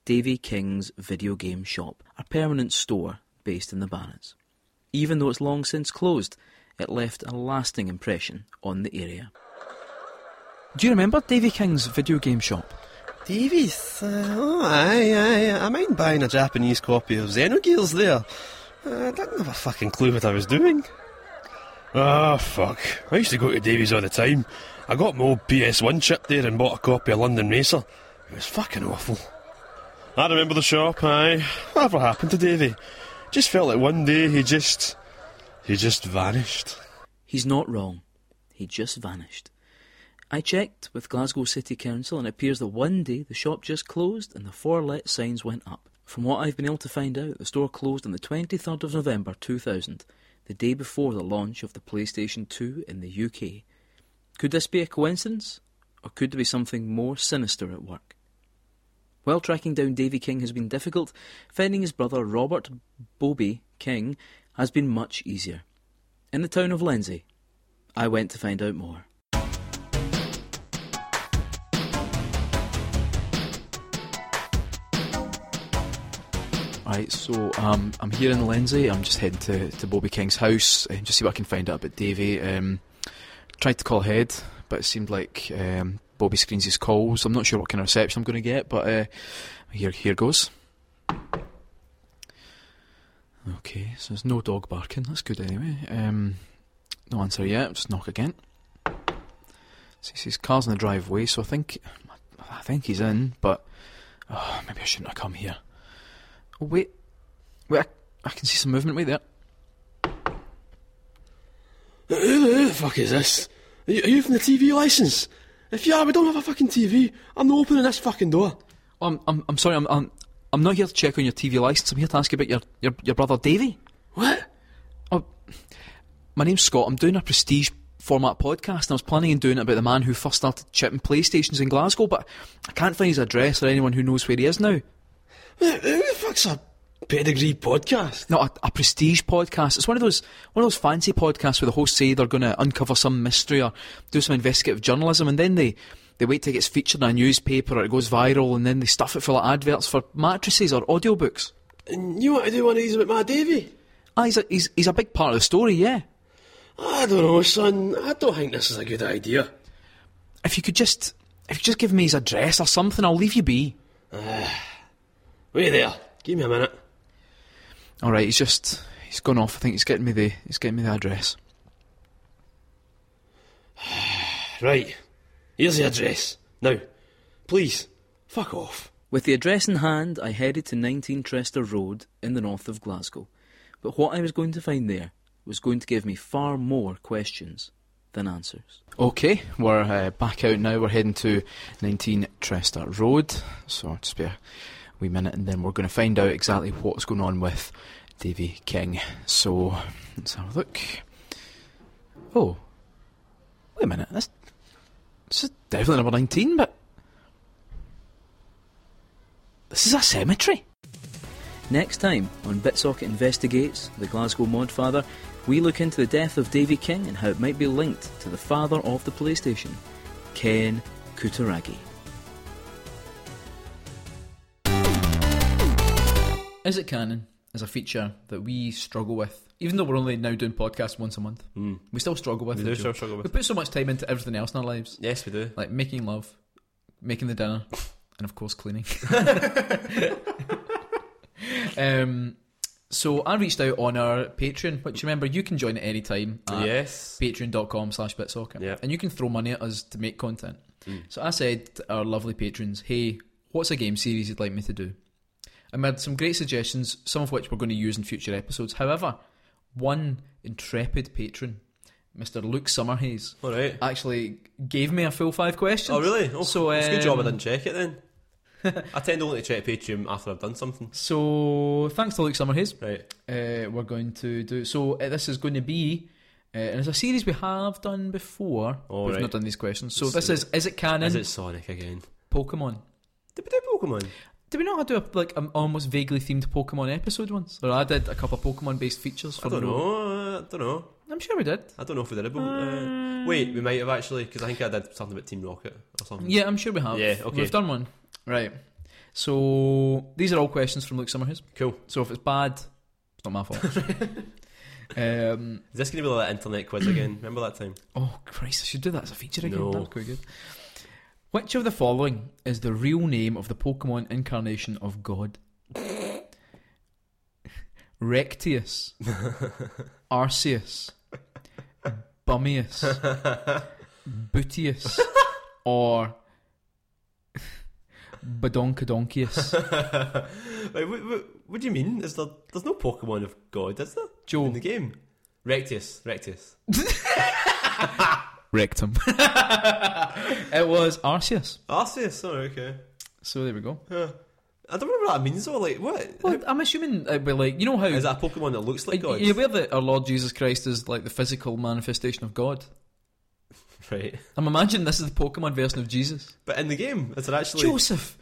Speaker 5: Davy King's video game shop, a permanent store based in the Barretts. Even though it's long since closed, it left a lasting impression on the area.
Speaker 6: Do you remember Davy King's video game shop?
Speaker 7: Davies, uh, oh aye, aye, I mind buying a Japanese copy of Xenogears there. Uh, I didn't have a fucking clue what I was doing.
Speaker 8: Ah, fuck. I used to go to Davies all the time. I got my old PS1 chip there and bought a copy of London Racer. It was fucking awful. I remember the shop, aye. Whatever happened to Davy? Just felt like one day he just. he just vanished.
Speaker 5: He's not wrong. He just vanished. I checked with Glasgow City Council and it appears that one day the shop just closed and the four let signs went up. From what I've been able to find out, the store closed on the 23rd of November 2000, the day before the launch of the PlayStation 2 in the UK. Could this be a coincidence? Or could there be something more sinister at work? While tracking down Davy King has been difficult, finding his brother Robert Bobby King has been much easier. In the town of Lindsay, I went to find out more.
Speaker 1: Right, so um, I'm here in Lindsay. I'm just heading to, to Bobby King's house and just see what I can find out about Davey. Um, tried to call ahead, but it seemed like um, Bobby screens his calls. I'm not sure what kind of reception I'm going to get, but uh, here here goes. Okay, so there's no dog barking. That's good anyway. Um, no answer yet. Just knock again. See, see his car's in the driveway, so I think I think he's in, but oh, maybe I shouldn't have come here. Oh, wait, wait, I, I can see some movement. Wait there.
Speaker 8: Who the fuck is this? Are you, are you from the TV license? If you are, we don't have a fucking TV. I'm not opening this fucking door.
Speaker 1: Oh, I'm, I'm, I'm sorry, I'm, I'm, I'm not here to check on your TV license. I'm here to ask you about your, your, your brother Davey.
Speaker 8: What?
Speaker 1: Oh, my name's Scott. I'm doing a prestige format podcast, and I was planning on doing it about the man who first started chipping PlayStations in Glasgow, but I can't find his address or anyone who knows where he is now.
Speaker 8: Who who the fuck's a pedigree podcast?
Speaker 1: No, a, a prestige podcast. It's one of those one of those fancy podcasts where the hosts say they're going to uncover some mystery or do some investigative journalism, and then they they wait till it gets featured in a newspaper or it goes viral, and then they stuff it full of adverts for mattresses or audiobooks.
Speaker 8: And you want to do one of these about my Davy?
Speaker 1: Ah, he's a, he's, he's a big part of the story, yeah.
Speaker 8: I don't know, son. I don't think this is a good idea.
Speaker 1: If you could just if you just give me his address or something, I'll leave you be.
Speaker 8: Wait there. Give me a minute.
Speaker 1: All right, he's just he's gone off. I think he's getting me the he's getting me the address.
Speaker 8: Right. Here's the address. Now, please, fuck off.
Speaker 5: With the address in hand, I headed to 19 Trester Road in the north of Glasgow. But what I was going to find there was going to give me far more questions than answers.
Speaker 6: Okay, we're uh, back out now. We're heading to 19 Trester Road. So just be a wee minute and then we're going to find out exactly what's going on with Davy King. So let's have a look. Oh, wait a minute. That's, this is definitely number 19, but. This is a cemetery.
Speaker 5: Next time on Bitsocket Investigates, the Glasgow Modfather, we look into the death of Davy King and how it might be linked to the father of the PlayStation, Ken Kutaragi.
Speaker 1: Is it canon? Is a feature that we struggle with, even though we're only now doing podcasts once a month. Mm. We still struggle with
Speaker 2: Hmm. We
Speaker 1: it.
Speaker 2: do
Speaker 1: Joe.
Speaker 2: still struggle with
Speaker 1: We put so much time into everything else in our lives,
Speaker 2: Yes, we do.
Speaker 1: like making love, making the dinner, and of course cleaning. um, so I reached out on our Patreon, which remember you can join at any time. At
Speaker 2: yes.
Speaker 1: patreon.com slash bitsocket
Speaker 2: Yeah. Mm.
Speaker 1: and you can throw money at us to make content so i said to our lovely patrons hey what's a game series you'd like me to do and we had some great suggestions some of which we're going to use in future episodes however one intrepid patron mr luke summerhays
Speaker 2: All right.
Speaker 1: actually gave me a full five questions
Speaker 2: Oh really? Oh,
Speaker 1: so
Speaker 2: it's a good job I
Speaker 1: um,
Speaker 2: didn't check it then. I tend only to check Patreon after I've done something.
Speaker 1: so thanks to luke summerhays
Speaker 2: Right.
Speaker 1: uh, we're going to do. So uh, this is going to be. Uh, and it's a series we have done before.
Speaker 2: All
Speaker 1: We've
Speaker 2: Oh, right.
Speaker 1: not done these questions. So
Speaker 2: It's,
Speaker 1: this
Speaker 2: uh,
Speaker 1: is is it canon?
Speaker 2: Is it Sonic again?
Speaker 1: Pokemon?
Speaker 2: Did we do Pokemon?
Speaker 1: Did we not do a, like an almost vaguely themed Pokemon episode once? Or I did a couple of Pokemon based features for
Speaker 2: I don't
Speaker 1: no-
Speaker 2: know. uh, I don't know.
Speaker 1: I'm sure we did.
Speaker 2: I don't know if we did a
Speaker 1: Um,
Speaker 2: Pokemon. Uh, wait, we might have actually because I think I did something about Team Rocket or something.
Speaker 1: Yeah, I'm sure we have.
Speaker 2: Yeah, okay.
Speaker 1: We've done one. Right. So these are all questions from Luke Summerhouse.
Speaker 2: Cool.
Speaker 1: So if it's bad, it's not my fault. um,
Speaker 2: Is this going to be like that internet quiz again? Remember that time?
Speaker 1: Oh Christ! I should do that as a feature again.
Speaker 2: No.
Speaker 1: That's quite good. Which of the following is the real name of the Pokemon incarnation of God? Rectius, Arceus, Bummius, Bootius, or Badonkadonkius?
Speaker 2: Like, what, what, what do you mean? Is there? There's no Pokemon of God, is there? In
Speaker 1: Joe,
Speaker 2: the game, Rectius, Rectius.
Speaker 1: rectum. it was Arceus.
Speaker 2: Arceus. Oh, okay.
Speaker 1: So there we go.
Speaker 2: Huh. I don't remember what that means though. Like, what?
Speaker 1: Well, I'm assuming it'd be like you know how
Speaker 2: Is that a Pokemon that looks like
Speaker 1: Are
Speaker 2: God?
Speaker 1: you aware that our Lord Jesus Christ is like the physical manifestation of God?
Speaker 2: Right.
Speaker 1: I'm imagining this is the Pokemon version of Jesus.
Speaker 2: But in the game, is it actually?
Speaker 1: Joseph!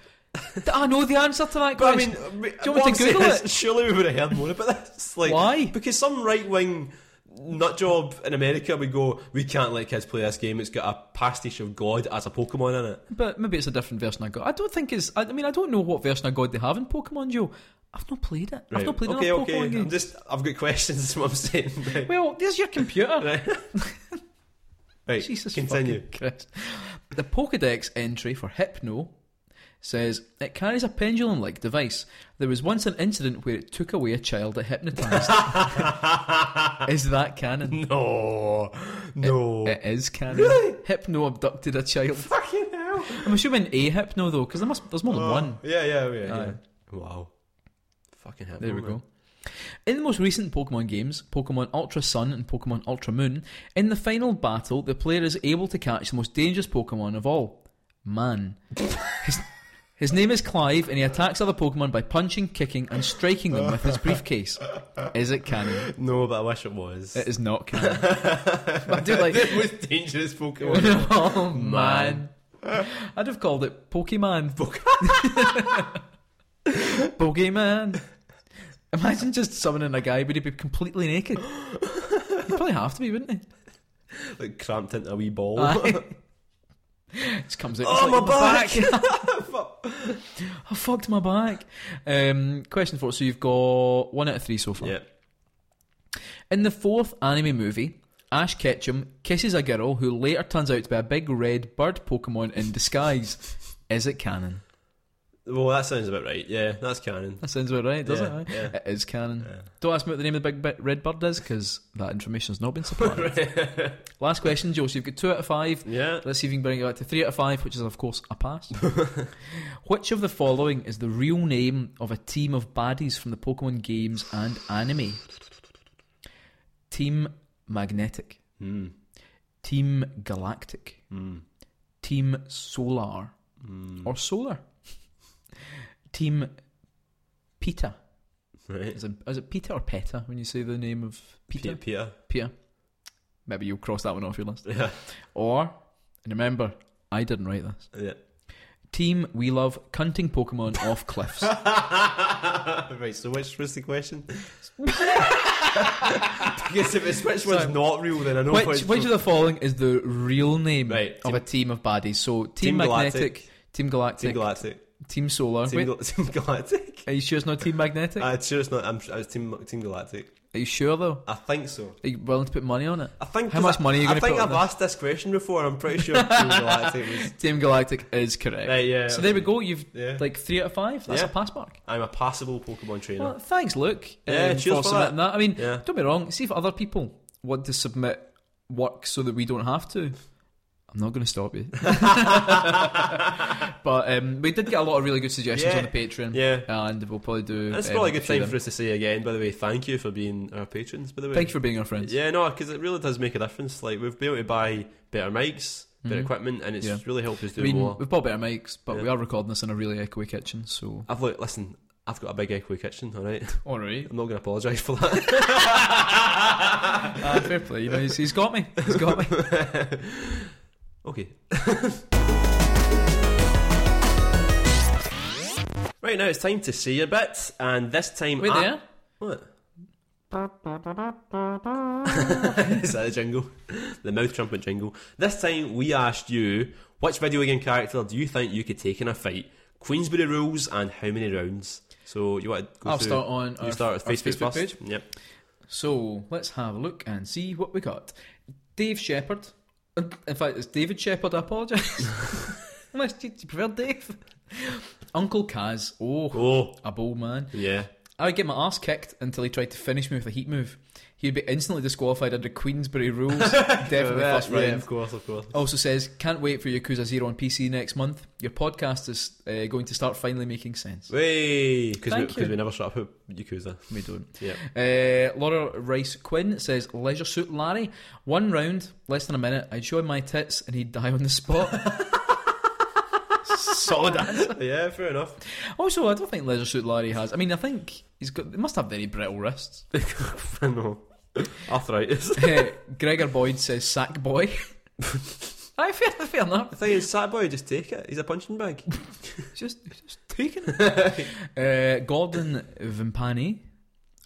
Speaker 1: Th- I know the answer to that
Speaker 2: But I
Speaker 1: question.
Speaker 2: mean, do
Speaker 1: you want me to Google it?
Speaker 2: Surely we would have heard more about this. Like,
Speaker 1: Why?
Speaker 2: Because some right wing nutjob in America would go, "We can't let kids play this game. It's got a pastiche of God as a Pokemon in it."
Speaker 1: but maybe it's a different version of God. I don't think it's. I I mean, I don't know what version of God they have in Pokemon, Joe. I've not played it. I've
Speaker 2: Right.
Speaker 1: not played
Speaker 2: okay,
Speaker 1: enough
Speaker 2: okay.
Speaker 1: Pokemon
Speaker 2: I'm
Speaker 1: games.
Speaker 2: just, I've got questions. Is what I'm saying. Right.
Speaker 1: Well, there's your computer.
Speaker 2: Right. Right,
Speaker 1: Jesus
Speaker 2: Continue.
Speaker 1: fucking Christ. The Pokedex entry for Hypno says it carries a pendulum like device. There was once an incident where it took away a child it hypnotized. Is that canon?
Speaker 2: No, no.
Speaker 1: It is canon.
Speaker 2: Really?
Speaker 1: Hypno abducted a child.
Speaker 2: Fucking hell.
Speaker 1: I'm assuming a Hypno though, because there must there's more
Speaker 2: Oh.
Speaker 1: than one.
Speaker 2: Yeah, yeah, yeah. yeah.
Speaker 1: Aye.
Speaker 2: Wow. Fucking hell.
Speaker 1: There we go. In the most recent Pokemon games, Pokemon Ultra Sun and Pokemon Ultra Moon, in the final battle, the player is able to catch the most dangerous Pokemon of all Man. his, his name is Clive, and he attacks other Pokemon by punching, kicking, and striking them with his briefcase. Is it canon?
Speaker 2: No, but I wish it was.
Speaker 1: It is not canon. But I do Eh, like.
Speaker 2: the most dangerous Pokemon.
Speaker 1: oh, man. I'd have called it Pokemon. Pokemon. Imagine just summoning a guy, would he be completely naked? He'd probably have to be, wouldn't he?
Speaker 2: like cramped into a wee ball.
Speaker 1: Just comes out.
Speaker 2: Oh,
Speaker 1: it's like,
Speaker 2: my
Speaker 1: back. I fucked my back. Um, question four. So you've got one out of three so far.
Speaker 2: yeah.
Speaker 1: In the fourth anime movie, Ash Ketchum kisses a girl who later turns out to be a big red bird Pokemon in disguise. Is it canon?
Speaker 2: Well, that sounds about right. Yeah, that's canon.
Speaker 1: That sounds about right, doesn't
Speaker 2: Yeah,
Speaker 1: it?
Speaker 2: yeah.
Speaker 1: It is canon. Don't ask me what the name of the big bit red bird is, because that information's not been supplied. Last question, Joe. So you've got two out of five.
Speaker 2: Yeah.
Speaker 1: Let's see if you can bring it back to three out of five, which is, of course, a pass. Which of the following is the real name of a team of baddies from the Pokemon games and anime? Team Magnetic.
Speaker 2: Hmm,
Speaker 1: Team Galactic. Team Solar.
Speaker 2: hmm.
Speaker 1: Or Solar. Team Peter.
Speaker 2: Right.
Speaker 1: Is it, is it Peter or Peta when you say the name of Peter?
Speaker 2: Peter. Peter.
Speaker 1: Peter. Maybe you'll cross that one off your list.
Speaker 2: Yeah.
Speaker 1: Or, and remember, I didn't write this.
Speaker 2: Yeah.
Speaker 1: Team We Love Cunting Pokemon Off Cliffs.
Speaker 2: right, so which was the question? because if it's which one's not real, then I know
Speaker 1: Which, which of the following is the real name
Speaker 2: Right,
Speaker 1: of
Speaker 2: Team-
Speaker 1: a team of baddies? So, Team,
Speaker 2: Team
Speaker 1: Magnetic,
Speaker 2: Galactic.
Speaker 1: Team Galactic,
Speaker 2: Team
Speaker 1: Team,
Speaker 2: Galactic.
Speaker 1: Solar.
Speaker 2: Team,
Speaker 1: Wait,
Speaker 2: Gal- Team Galactic.
Speaker 1: are you sure it's not Team Magnetic?
Speaker 2: I'm sure it's not. I'm, I was Team Team Galactic.
Speaker 1: are you sure though?
Speaker 2: I think so.
Speaker 1: Are you willing to put money on it?
Speaker 2: I think.
Speaker 1: How
Speaker 2: 'cause
Speaker 1: much
Speaker 2: I,
Speaker 1: money are you
Speaker 2: I
Speaker 1: going to
Speaker 2: think
Speaker 1: put
Speaker 2: I've
Speaker 1: on this?
Speaker 2: asked this question before. I'm pretty sure Team Galactic was.
Speaker 1: Team Galactic is correct.
Speaker 2: Right, yeah.
Speaker 1: So there we go. You've
Speaker 2: Yeah.
Speaker 1: like three out of five. That's
Speaker 2: Yeah.
Speaker 1: a pass mark.
Speaker 2: I'm a passable Pokemon trainer.
Speaker 1: Well, thanks, Luke.
Speaker 2: Yeah,
Speaker 1: um,
Speaker 2: cheers
Speaker 1: for
Speaker 2: for
Speaker 1: submitting that. I mean,
Speaker 2: Yeah.
Speaker 1: don't be wrong. See if other people want to submit work so that we don't have to. I'm not going to stop you. but um, we did get a lot of really good suggestions
Speaker 2: Yeah.
Speaker 1: on the Patreon.
Speaker 2: Yeah.
Speaker 1: and we'll probably do.
Speaker 2: That's
Speaker 1: um,
Speaker 2: probably a good
Speaker 1: few
Speaker 2: time
Speaker 1: of
Speaker 2: for
Speaker 1: them.
Speaker 2: us to say again. By the way, thank you for being our patrons. By the way,
Speaker 1: Thank you for being our friends.
Speaker 2: Yeah, no, because it really does make a difference. Like we've been able to buy better mics, better equipment, and it's
Speaker 1: Mm-hmm. Yeah.
Speaker 2: really helped us
Speaker 1: I
Speaker 2: do
Speaker 1: mean,
Speaker 2: more.
Speaker 1: we've bought better mics, but
Speaker 2: Yeah.
Speaker 1: we are recording this in a really echoey kitchen. So,
Speaker 2: I've look, listen. I've got a big echo kitchen. All right,
Speaker 1: all right,
Speaker 2: I'm not going to apologise for that.
Speaker 1: Ah, fair play. You know, he's, he's got me. He's got me.
Speaker 2: okay. right now it's time to see a bit, and this time,
Speaker 1: Wait
Speaker 2: I-
Speaker 1: there.
Speaker 2: What? Is that a jingle? The mouth trumpet jingle. This time we asked you which video game character do you think you could take in a fight? Queensbury rules and how many rounds? So you want to go
Speaker 1: I'll
Speaker 2: through-
Speaker 1: start on
Speaker 2: you
Speaker 1: our-
Speaker 2: start with
Speaker 1: our
Speaker 2: Facebook,
Speaker 1: Facebook
Speaker 2: first.
Speaker 1: page.
Speaker 2: Yep.
Speaker 1: So let's have a look and see what we got. Dave Shepherd. In fact, it's David Shepherd. I apologise. Unless you you prefer Dave. Uncle Kaz. Oh,
Speaker 2: Oh
Speaker 1: a bold man.
Speaker 2: yeah.
Speaker 1: I would get my ass kicked until he tried to finish me with a heat move. He would be instantly disqualified under Queensbury rules. Definitely
Speaker 2: Yeah,
Speaker 1: first round.
Speaker 2: yeah, of course, of course.
Speaker 1: Also says, can't wait for Yakuza Zero on PC next month. Your podcast is uh, going to start finally making sense.
Speaker 2: Way because we,
Speaker 1: Thank
Speaker 2: 'cause
Speaker 1: you.
Speaker 2: we never shut up at Yakuza.
Speaker 1: We don't.
Speaker 2: Yeah.
Speaker 1: Uh, Laura Rice Quinn says, Leisure Suit Larry, one round, less than a minute, I'd show him my tits and he'd die on the spot. Solid answer.
Speaker 2: yeah, fair enough.
Speaker 1: Also, I don't think Leisure Suit Larry has. I mean, I think he's got. He must have very brittle wrists.
Speaker 2: I know. Arthritis.
Speaker 1: Eh, Gregor Boyd says, Sack Boy. I fair, fair enough.
Speaker 2: The thing is, Sackboy just take it. He's a punching bag.
Speaker 1: Just, just taking it. uh, Gordon Vimpani.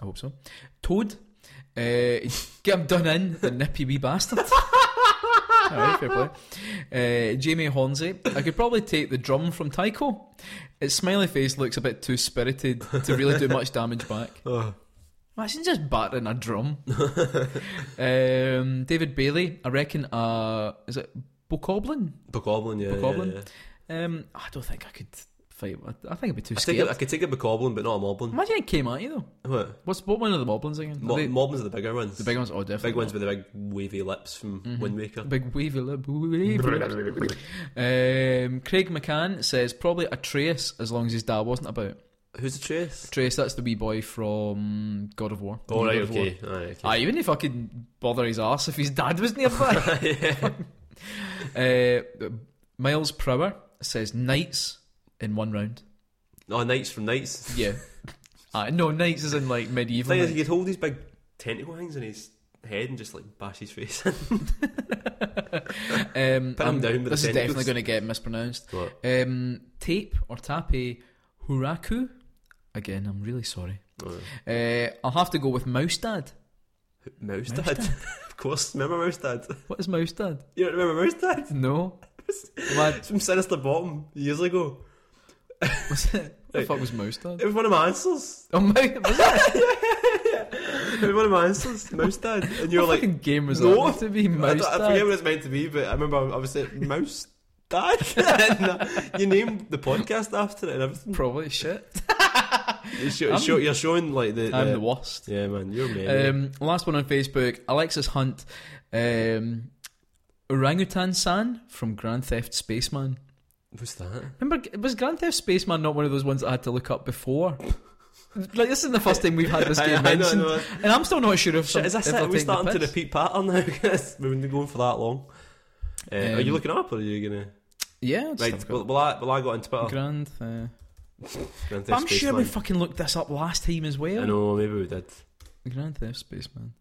Speaker 1: I hope so. Toad. Uh, get him done in, the nippy wee bastard. Alright, fair play. Uh, Jamie Hornsey. I could probably take the drum from Tycho. Its smiley face looks a bit too spirited to really do much damage back. Imagine just battering a drum. um, David Bailey. I reckon, uh, is it Bokoblin?
Speaker 2: Bokoblin, yeah. yeah,
Speaker 1: Bokoblin?
Speaker 2: yeah.
Speaker 1: Um, I don't think I could fight. I, I think I'd be too
Speaker 2: I, take it,
Speaker 1: scared.
Speaker 2: I could take a Bokoblin, but not a Moblin.
Speaker 1: Imagine it came at you though.
Speaker 2: What?
Speaker 1: What's what one of the Moblins again? Are
Speaker 2: Mo-
Speaker 1: they-
Speaker 2: Moblins are the bigger ones.
Speaker 1: the big ones. Oh, definitely.
Speaker 2: Big Mm-hmm. ones with the big wavy lips from Wind Waker.
Speaker 1: Big wavy lip. wavy lips. um, Craig McCann says probably Atreus as long as his dad wasn't about.
Speaker 2: Who's the Trace?
Speaker 1: Atreus, that's the wee boy from God of War.
Speaker 2: Oh, right,
Speaker 1: God of War.
Speaker 2: okay. Alright, okay.
Speaker 1: Ah, even if I could bother his arse if his dad was nearby. uh, Miles Prower says knights in one round.
Speaker 2: Oh, Knights from Knights.
Speaker 1: Yeah. Ah, no, knights is in like
Speaker 2: The
Speaker 1: medieval.
Speaker 2: thing is,
Speaker 1: knights.
Speaker 2: he could hold these big tentacle things in his head and just, like, bash his face in.
Speaker 1: Um,
Speaker 2: Pin him
Speaker 1: um,
Speaker 2: down with
Speaker 1: this
Speaker 2: the
Speaker 1: is
Speaker 2: tentacles.
Speaker 1: definitely going to get mispronounced.
Speaker 2: What?
Speaker 1: Um, tape or tape huraku. Again, I'm really sorry.
Speaker 2: Oh,
Speaker 1: Uh, I'll have to go with Mouse Dad.
Speaker 2: Mouse Dad. of course, remember Mouse Dad?
Speaker 1: What is Mouse Dad?
Speaker 2: You don't remember Mouse Dad?
Speaker 1: No.
Speaker 2: It's from Sinister Bottom years ago.
Speaker 1: Was it? What the fuck was Mouse Dad?
Speaker 2: It was one of my answers.
Speaker 1: Oh, Mouse, was that
Speaker 2: It was one of my answers. Mouse Dad. And you were
Speaker 1: what
Speaker 2: like,
Speaker 1: fucking game was
Speaker 2: no.
Speaker 1: that? To be
Speaker 2: I,
Speaker 1: Mouse
Speaker 2: don't- I
Speaker 1: Dad.
Speaker 2: forget what it's meant to be, but I remember I was saying Mouse Stag. And uh, you named the podcast after it and everything.
Speaker 1: Probably shit.
Speaker 2: You show-
Speaker 1: I'm-
Speaker 2: show- you're showing like the.
Speaker 1: I'm
Speaker 2: the-
Speaker 1: the worst.
Speaker 2: yeah, man, you're me.
Speaker 1: Um, last one on Facebook, Alexis Hunt, um, Orangutan San from Grand Theft Spaceman.
Speaker 2: What's that?
Speaker 1: Remember, was Grand Theft Spaceman not one of those ones I had to look up before? like this is the first time we've had this
Speaker 2: I-
Speaker 1: game
Speaker 2: I know, I
Speaker 1: mentioned,
Speaker 2: know.
Speaker 1: and I'm still not sure if some,
Speaker 2: Shit, is this
Speaker 1: if
Speaker 2: it?
Speaker 1: they're
Speaker 2: Are we
Speaker 1: taking the
Speaker 2: starting to
Speaker 1: piss.
Speaker 2: repeat pattern now? Guys, we've been going for that long. Uh, are you
Speaker 1: Um,
Speaker 2: looking up or are you gonna?
Speaker 1: Yeah, it's
Speaker 2: Right,
Speaker 1: difficult.
Speaker 2: well, well, I, well, I got on Twitter.
Speaker 1: Grand. Uh, but
Speaker 2: Grand Theft
Speaker 1: I'm sure we
Speaker 2: Spaceman.
Speaker 1: fucking looked this up last time as well.
Speaker 2: I know, maybe we did.
Speaker 1: Grand Theft Spaceman.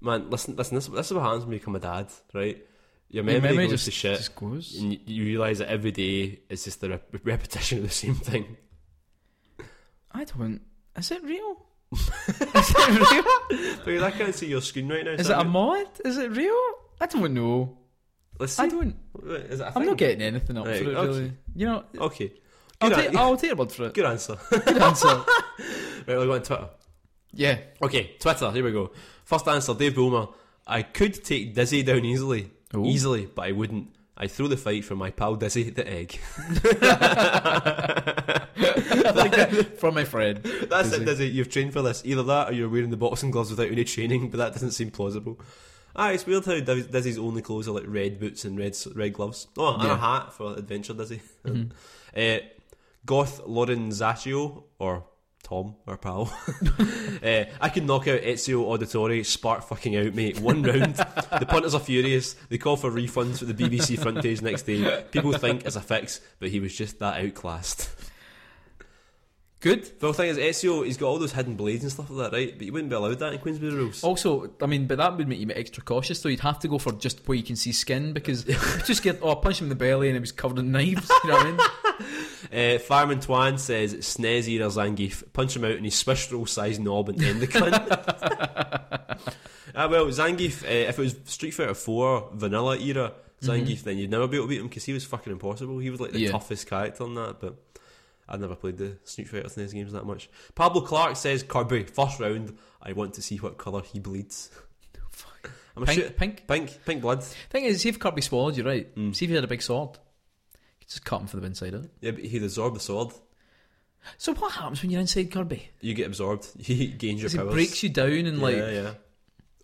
Speaker 2: Man, listen, listen. This, this is what happens when you become a dad, right? Your
Speaker 1: Your
Speaker 2: memory, goes
Speaker 1: just,
Speaker 2: to shit,
Speaker 1: just goes.
Speaker 2: and you, you realise that every day it's just the rep- repetition of the same thing.
Speaker 1: I don't. Is it real? is it real?
Speaker 2: Wait, I can't see your screen right now.
Speaker 1: Is
Speaker 2: so
Speaker 1: it a
Speaker 2: I'm-
Speaker 1: mod? Is it real? I don't know.
Speaker 2: Let's see.
Speaker 1: I don't.
Speaker 2: Wait, Is it a
Speaker 1: I'm
Speaker 2: thing?
Speaker 1: not getting anything up
Speaker 2: Right,
Speaker 1: for it
Speaker 2: okay.
Speaker 1: really. You know,
Speaker 2: Okay. Good,
Speaker 1: I'll,
Speaker 2: an-
Speaker 1: take, I'll take your blood for it.
Speaker 2: good answer.
Speaker 1: Good answer.
Speaker 2: right, we'll go on Twitter.
Speaker 1: yeah.
Speaker 2: Okay, Twitter. Here we go. First answer, Dave Boomer. I could take Dizzy down easily,
Speaker 1: Ooh.
Speaker 2: easily, but I wouldn't. I throw the fight for my pal Dizzy the egg.
Speaker 1: From my friend.
Speaker 2: That's it, Dizzy. You've trained for this. Either that, or you're wearing the boxing gloves without any training. But that doesn't seem plausible. Ah, it's weird how Diz- Dizzy's only clothes are like red boots and red s- red gloves. Oh, and a
Speaker 1: Yeah.
Speaker 2: hat for adventure, Dizzy. Eh, Goth Lorenzaccio or Tom or pal. Eh, I can knock out Ezio Auditore, spark fucking out, mate. One round. the punters are furious. They call for refunds for the BBC front page next day. People think it's a fix, but he was just that outclassed.
Speaker 1: Good.
Speaker 2: The whole thing is Ezio, he's got all those hidden blades and stuff like that, right? But you wouldn't be allowed that in Queensbury
Speaker 1: Oh.
Speaker 2: rules.
Speaker 1: Also, I mean, but that would make you extra cautious, so you'd have to go for just where you can see skin because you just get, oh, I punched him in the belly and it was covered in knives. You know what I mean?
Speaker 2: Uh, Fireman Twan says, Snazzy or Zangief, punch him out and he swish roll size knob and end the cunt. Ah well, Zangief, uh, if it was Street Fighter 4 vanilla era Zangief, then you'd never be able to beat him because he was fucking impossible. He was like the
Speaker 1: Mhm. Yeah.
Speaker 2: toughest character in that, but I'd never played the Street Fighter SNES games that much. Pablo Clark says, Kirby, first round, I want to see what colour he bleeds. I'm
Speaker 1: Pink,
Speaker 2: a shit.
Speaker 1: pink.
Speaker 2: Pink, pink blood.
Speaker 1: Thing is, see if Kirby swallowed you, right?
Speaker 2: Mm.
Speaker 1: See if he had a big sword. You could just cut him from the inside out.
Speaker 2: Yeah, but he'd absorb the sword.
Speaker 1: So what happens when you're inside Kirby?
Speaker 2: You get absorbed. He gains your
Speaker 1: Because it
Speaker 2: powers.
Speaker 1: breaks you down and like
Speaker 2: yeah, yeah.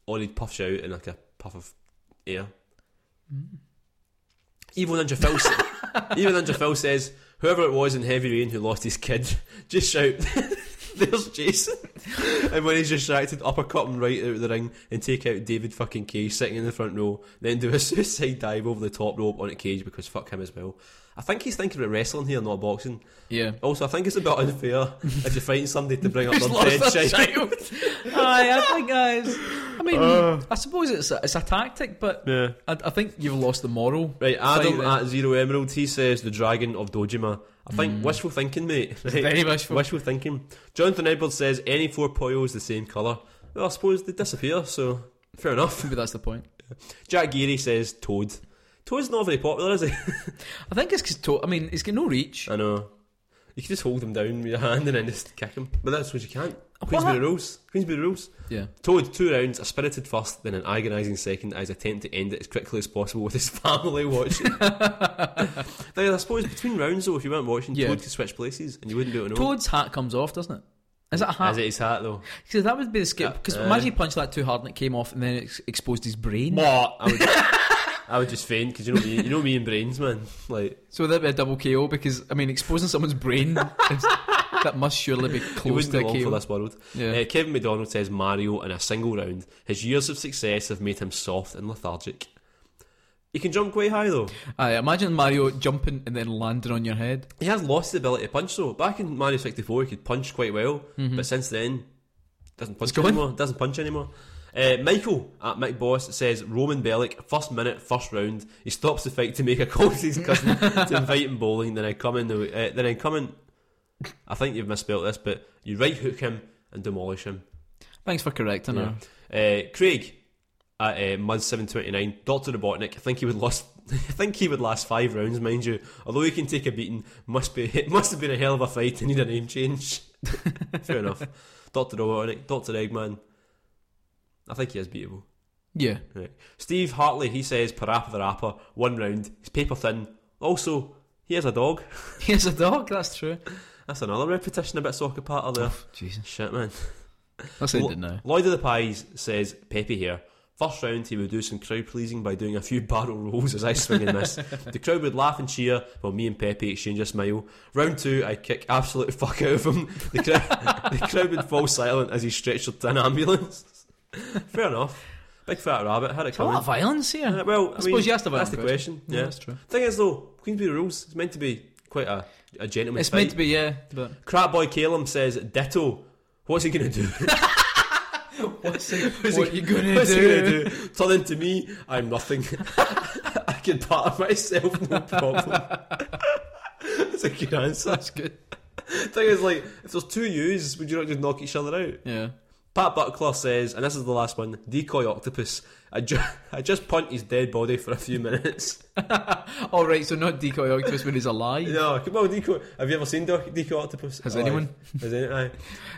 Speaker 2: Or he'd puff you out in like a puff of air.
Speaker 1: Mm.
Speaker 2: Evil Ninja Phil. sa- Evil Ninja Phil says, "Whoever it was in Heavy Rain who lost his kid, just shout." There's Jason, and when he's distracted, uppercut him right out of the ring and take out David fucking Cage sitting in the front row. Then do a suicide dive over the top rope on a cage because fuck him as well. I think he's thinking about wrestling here, not boxing.
Speaker 1: yeah.
Speaker 2: Also, I think it's a bit unfair if you're fighting somebody to bring up
Speaker 1: Just
Speaker 2: their
Speaker 1: lost
Speaker 2: dead
Speaker 1: their
Speaker 2: child.
Speaker 1: child. Aye, I think guys. I mean, I suppose it's a, it's a tactic, but
Speaker 2: Uh. Yeah.
Speaker 1: I, I think you've lost the moral.
Speaker 2: Right, Adam uh,
Speaker 1: Fight
Speaker 2: at Zero Emerald, he says the dragon of Dojima. I think wishful thinking, mate. Right?
Speaker 1: Hmm. Very wishful.
Speaker 2: Wishful thinking. Jonathan Edwards says any four Poyos the same colour. Well, I suppose they disappear, so fair enough.
Speaker 1: Maybe that's the point.
Speaker 2: Jack Geary says Toad. Toad's not very popular, is he?
Speaker 1: I think it's because to- I mean, he's got no reach.
Speaker 2: I know. You can just hold him down with your hand and then just kick him. But that's what you can't.
Speaker 1: What?
Speaker 2: Queensbury rules. Queensbury rules.
Speaker 1: Yeah.
Speaker 2: Toad, two rounds, a spirited first, then an agonising second as attempt to end it as quickly as possible with his family watching. now, I suppose between rounds, though, if you weren't watching,
Speaker 1: Yeah.
Speaker 2: Toad could switch places and you wouldn't be able to know.
Speaker 1: Toad's hat comes off, doesn't it? Is that a hat?
Speaker 2: As it is hat, though.
Speaker 1: Because that would be the skip. Because
Speaker 2: Uh,
Speaker 1: imagine he punched that too hard and it came off, and then it ex- exposed his brain.
Speaker 2: What? I would, I would just faint, because you, know me- you know me and brains, man. Like,
Speaker 1: So that'd be a double KO. Because I mean, exposing someone's brain is- that must surely be
Speaker 2: it
Speaker 1: close
Speaker 2: wouldn't
Speaker 1: to
Speaker 2: be
Speaker 1: a
Speaker 2: long for
Speaker 1: KO.
Speaker 2: this world.
Speaker 1: Yeah.
Speaker 2: Uh, Kevin McDonald says Mario in a single round. His years of success have made him soft and lethargic. He can jump quite high, though.
Speaker 1: Aye, imagine Mario jumping and then landing on your head.
Speaker 2: He has lost the ability to punch though. Back in Mario 64, he could punch quite well, but since then, doesn't punch
Speaker 1: gone.
Speaker 2: anymore. Doesn't punch anymore. Uh, Michael at Mick Boss says Roman Bellic, first minute, first round. He stops the fight to make a call to his cousin to invite him bowling. Then I come in. The, uh, then I come in. I think you've misspelled this, but you right hook him and demolish him.
Speaker 1: Thanks for correcting her.
Speaker 2: Uh, Craig at uh, Mud Seven Twenty Nine, Doctor Robotnik. I think he would last. I think he would last five rounds, mind you. Although he can take a beating, must be it must have been a hell of a fight to need a name change. Fair enough. Doctor Robotnik, Doctor Eggman. I think he is beatable.
Speaker 1: Yeah.
Speaker 2: Right. Steve Hartley, he says Parappa the Rapper, one round. He's paper thin, Also, he has a dog.
Speaker 1: He has a dog. That's true.
Speaker 2: That's another repetition about soccer patter there.
Speaker 6: Jesus.
Speaker 2: Shit, man.
Speaker 1: Let's end it now.
Speaker 2: Lloyd of the Pies says, Pepe here. First round, he would do some crowd pleasing by doing a few barrel rolls as I swing and miss. the crowd would laugh and cheer while me and Pepe exchange a smile. Round two, I kick absolute fuck out of him. The, crowd, the crowd would fall silent as he stretched to an ambulance. Fair enough. Big fat rabbit, had it
Speaker 1: A lot
Speaker 2: coming.
Speaker 1: of violence here.
Speaker 2: Uh, well, I,
Speaker 1: suppose
Speaker 2: mean,
Speaker 1: you asked about
Speaker 2: that's the
Speaker 1: that
Speaker 2: question. Yeah,
Speaker 1: that's true.
Speaker 2: Thing is, though, Queensbury rules. It's meant to be quite a a gentleman.
Speaker 1: It's
Speaker 2: fight.
Speaker 1: meant to be, yeah. But
Speaker 2: Crap boy Calum says ditto. What's he gonna do?
Speaker 1: what's
Speaker 2: What's
Speaker 1: what
Speaker 2: he-
Speaker 1: you gonna
Speaker 2: What's he
Speaker 1: do?
Speaker 2: gonna do? Turn into me. I'm nothing. I can part myself, no problem. That's a good answer.
Speaker 1: That's good.
Speaker 2: Thing is, like, if there's two yous, would you not just knock each other out?
Speaker 1: Yeah.
Speaker 2: Pat Butler says, and this is the last one decoy octopus. I, ju- I just punt his dead body for a few minutes.
Speaker 1: All right. So not decoy octopus when he's alive.
Speaker 2: No, come on, decoy. Have you ever seen Doc- decoy octopus?
Speaker 1: Has
Speaker 2: Aye.
Speaker 1: anyone?
Speaker 2: Has any- aye.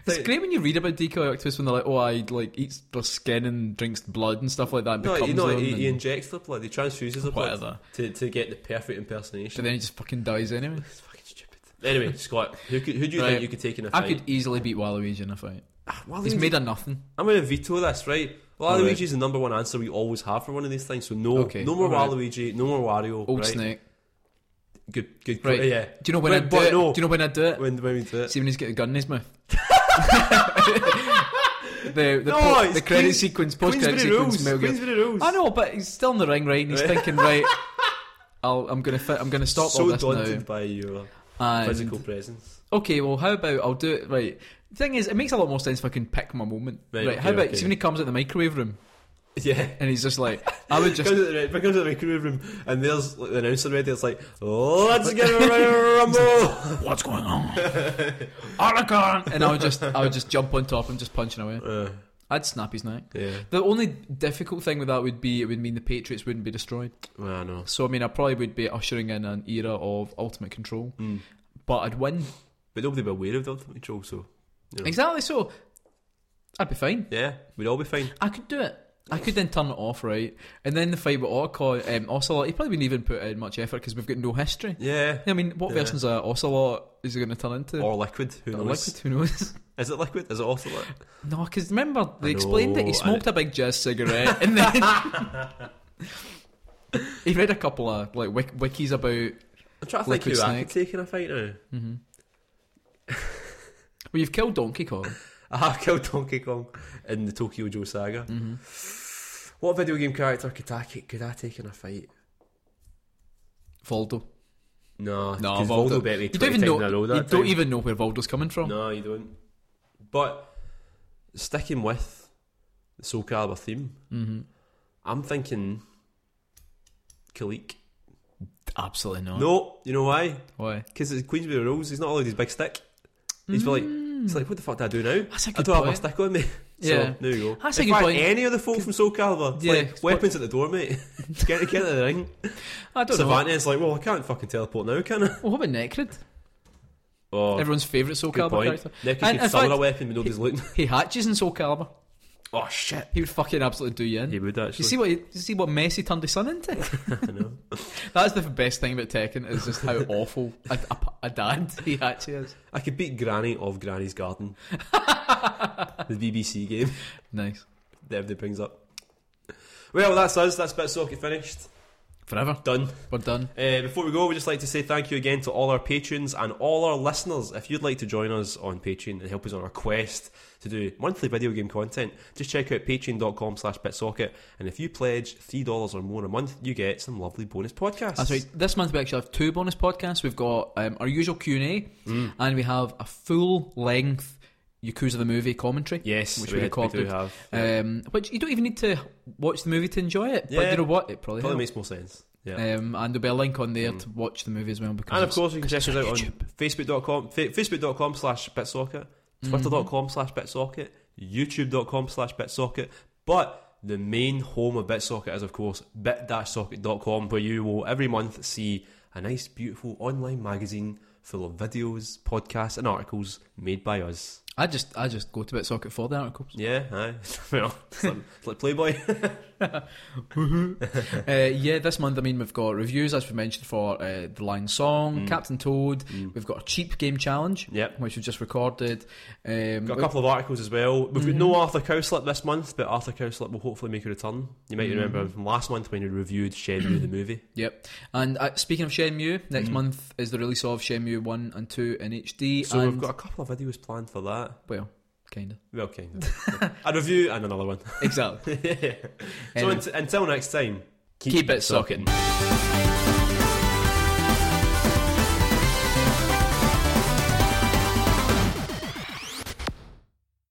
Speaker 1: It's
Speaker 2: Like,
Speaker 1: great when you read about decoy octopus when they're like, oh, I like eats their skin and drinks blood and stuff like that. And
Speaker 2: No,
Speaker 1: becomes
Speaker 2: you know,
Speaker 1: them
Speaker 2: he, he
Speaker 1: and-
Speaker 2: injects the blood, he transfuses the blood
Speaker 1: Whatever.
Speaker 2: to, to get the perfect
Speaker 1: but
Speaker 2: impersonation.
Speaker 1: then he just fucking dies anyway.
Speaker 2: It's fucking stupid. Anyway, Scott, who, could, who do you
Speaker 1: Right.
Speaker 2: think you could take in a
Speaker 1: I
Speaker 2: fight? Ah,
Speaker 1: could easily beat Waluigi in a fight.
Speaker 2: Waluigi-
Speaker 1: He's made a nothing.
Speaker 2: I'm going to veto this, right?
Speaker 1: Alright.
Speaker 2: Waluigi's the number one answer we always have for one of these things, so no,
Speaker 1: Okay,
Speaker 2: no more
Speaker 1: alright.
Speaker 2: Waluigi, no more Wario.
Speaker 1: Old
Speaker 2: right?
Speaker 1: Snake.
Speaker 2: Good, good,
Speaker 1: Right.
Speaker 2: yeah.
Speaker 1: Do you know when
Speaker 2: Right,
Speaker 1: I do
Speaker 2: but
Speaker 1: it?
Speaker 2: no.
Speaker 1: Do you know when I do it?
Speaker 2: When, when we do it.
Speaker 1: See when he's got a gun in his mouth. the the,
Speaker 2: No,
Speaker 1: po-
Speaker 2: it's
Speaker 1: the credit
Speaker 2: Queens-
Speaker 1: sequence, post credit sequence,
Speaker 2: Queensberry rules,
Speaker 1: Metal Gear.
Speaker 2: Queensberry rules.
Speaker 1: I know, but he's still in the ring, right? And he's thinking, right, I'll, I'm gonna fit, I'm gonna stop all
Speaker 2: so
Speaker 1: this
Speaker 2: daunted
Speaker 1: now.
Speaker 2: by your
Speaker 1: And-
Speaker 2: physical presence.
Speaker 1: okay, well, how about I'll do it right? The thing is, it makes a lot more sense if I can pick my moment.
Speaker 2: Right,
Speaker 1: Right? how
Speaker 2: okay,
Speaker 1: about
Speaker 2: okay.
Speaker 1: see when he comes out the microwave room
Speaker 2: Yeah.
Speaker 1: and he's just like, I would just.
Speaker 2: Comes at the, comes at the microwave room and there's like, the announcer ready. It's like, let's get ready to rumble.
Speaker 6: What's going on?
Speaker 1: Oregon! And I would just, I would just jump on top and just punching away.
Speaker 2: Uh,
Speaker 1: I'd snap his neck.
Speaker 2: yeah,
Speaker 1: The only difficult thing with that would be it would mean the Patriots wouldn't be destroyed.
Speaker 2: well, I know.
Speaker 1: So I mean, I probably would be ushering in an era of ultimate control,
Speaker 2: Mm.
Speaker 1: but I'd win
Speaker 2: But nobody be aware of the ultimate control, so Yeah.
Speaker 1: exactly. So I'd be fine.
Speaker 2: yeah, we'd all be fine.
Speaker 1: I could do it. I could then turn it off, right? And then the fight with Ocelot, um, Ocelot he probably wouldn't even put in much effort because we've got no history.
Speaker 2: Yeah,
Speaker 1: I mean, what
Speaker 2: Yeah.
Speaker 1: version's a Ocelot is it going to turn into?
Speaker 2: or liquid. Who
Speaker 1: Or
Speaker 2: knows?
Speaker 1: liquid? Who knows?
Speaker 2: Is it liquid? Is it also liquid?
Speaker 1: no, because remember they
Speaker 2: I
Speaker 1: explained that
Speaker 2: know,
Speaker 1: he smoked a big jazz cigarette and then he read a couple of like wik- wikis about.
Speaker 2: I'm trying to
Speaker 1: Liquid
Speaker 2: think who I
Speaker 1: snake.
Speaker 2: could take in a fight now.
Speaker 1: Well, you've killed Donkey Kong.
Speaker 2: I have killed Donkey Kong in the Tokyo Joe saga. Mm-hmm. What video game character could I could I take in a fight?
Speaker 1: Voldo.
Speaker 2: No,
Speaker 1: No,
Speaker 2: 'cause
Speaker 1: Voldo.
Speaker 2: Voldo bet me
Speaker 1: You
Speaker 2: 20
Speaker 1: don't even
Speaker 2: times
Speaker 1: know.
Speaker 2: in a row
Speaker 1: You
Speaker 2: that
Speaker 1: don't
Speaker 2: time.
Speaker 1: even know where Voldo's coming from.
Speaker 2: No, you don't. But sticking with the Soul Calibur theme,
Speaker 1: Mm-hmm.
Speaker 2: I'm thinking Kalik.
Speaker 1: Absolutely not.
Speaker 2: No, you know why?
Speaker 1: Why?
Speaker 2: Because it's Queensbury rules. He's not allowed his big stick. He's like, he's like, what the fuck do I do now?
Speaker 1: That's a
Speaker 2: I
Speaker 1: good
Speaker 2: don't have my
Speaker 1: point.
Speaker 2: stick on me.
Speaker 1: Yeah.
Speaker 2: so, there you go.
Speaker 1: That's a
Speaker 2: In
Speaker 1: good
Speaker 2: fact,
Speaker 1: point.
Speaker 2: Any of the folk from Soul Calibur, it's
Speaker 1: Yeah,
Speaker 2: like,
Speaker 1: it's
Speaker 2: weapons at the door, mate. get get in the ring.
Speaker 1: I don't know.
Speaker 2: Savannah's like, well, I can't fucking teleport now, can I?
Speaker 1: Well, what about Necrid?
Speaker 2: Oh,
Speaker 1: Everyone's favourite Soul
Speaker 2: good
Speaker 1: Calibur
Speaker 2: point.
Speaker 1: character.
Speaker 2: Nick
Speaker 1: And
Speaker 2: could
Speaker 1: in
Speaker 2: summon
Speaker 1: fact,
Speaker 2: a weapon, but nobody's looking.
Speaker 1: He hatches in Soul Calibur.
Speaker 2: oh shit,
Speaker 1: He would fucking absolutely do you in.
Speaker 2: he would actually.
Speaker 1: you see what he, you see what Messi turned his son into?
Speaker 2: I know.
Speaker 1: That's the best thing about Tekken is just how awful a, a, pa- a dad he actually is.
Speaker 2: I could beat Granny of Granny's Garden. the BBC game
Speaker 1: Nice
Speaker 2: that everybody brings up. Well, that's us. That's Bit Socket finished.
Speaker 1: forever.
Speaker 2: Done.
Speaker 1: We're done.
Speaker 2: Uh, before we go, we'd just like to say thank you again to all our patrons and all our listeners. If you'd like to join us on Patreon and help us on our quest to do monthly video game content, just check out patreon.com slash bitsocket. And if you pledge $3 or more a month, you get some lovely bonus podcasts.
Speaker 1: That's right. This month we actually have two bonus podcasts. We've got um, our usual Q and A,
Speaker 2: Mm.
Speaker 1: and we have a full length Yakuza the movie commentary.
Speaker 2: Yes,
Speaker 1: which
Speaker 2: we,
Speaker 1: we,
Speaker 2: had- we
Speaker 1: recorded.
Speaker 2: do have.
Speaker 1: Um, which you don't even need to watch the movie to enjoy it.
Speaker 2: Yeah.
Speaker 1: But you know what? It probably,
Speaker 2: Probably
Speaker 1: helps.
Speaker 2: makes more sense. Yeah.
Speaker 1: Um, and there'll be a link on there to watch the movie as well. Because
Speaker 2: Mm. And of
Speaker 1: it's-
Speaker 2: course, you can check us out on facebook.com, fa- facebook.com slash bitsocket, twitter.com slash bitsocket, youtube.com slash bitsocket. But the main home of Bitsocket is, of course, bit-socket.com, where you will every month see a nice, beautiful online magazine full of videos, podcasts, and articles made by us.
Speaker 1: I just I just go to BitSocket for the articles.
Speaker 2: Yeah, aye. well, it's like, it's like Playboy.
Speaker 1: uh, yeah, this month I mean we've got reviews as we mentioned for uh, the Lion Song, Captain Toad. We've got a cheap game challenge,
Speaker 2: Mm. Yep.
Speaker 1: which we've just recorded. Um,
Speaker 2: Got a couple of articles as well. We've got no Arthur Cowslip this month, but Arthur Cowslip will hopefully make a return. You might remember him from last month when he reviewed Shenmue the movie.
Speaker 1: Yep. And uh, speaking of Shenmue, next
Speaker 2: Mm.
Speaker 1: month is the release of Shenmue One and Two in HD.
Speaker 2: So
Speaker 1: and,
Speaker 2: we've got a couple of videos planned for that.
Speaker 1: well, kinda
Speaker 2: Well, kind of. a review and another one.
Speaker 1: exactly.
Speaker 2: so unt- until next time,
Speaker 1: Keep it socking.
Speaker 2: socking.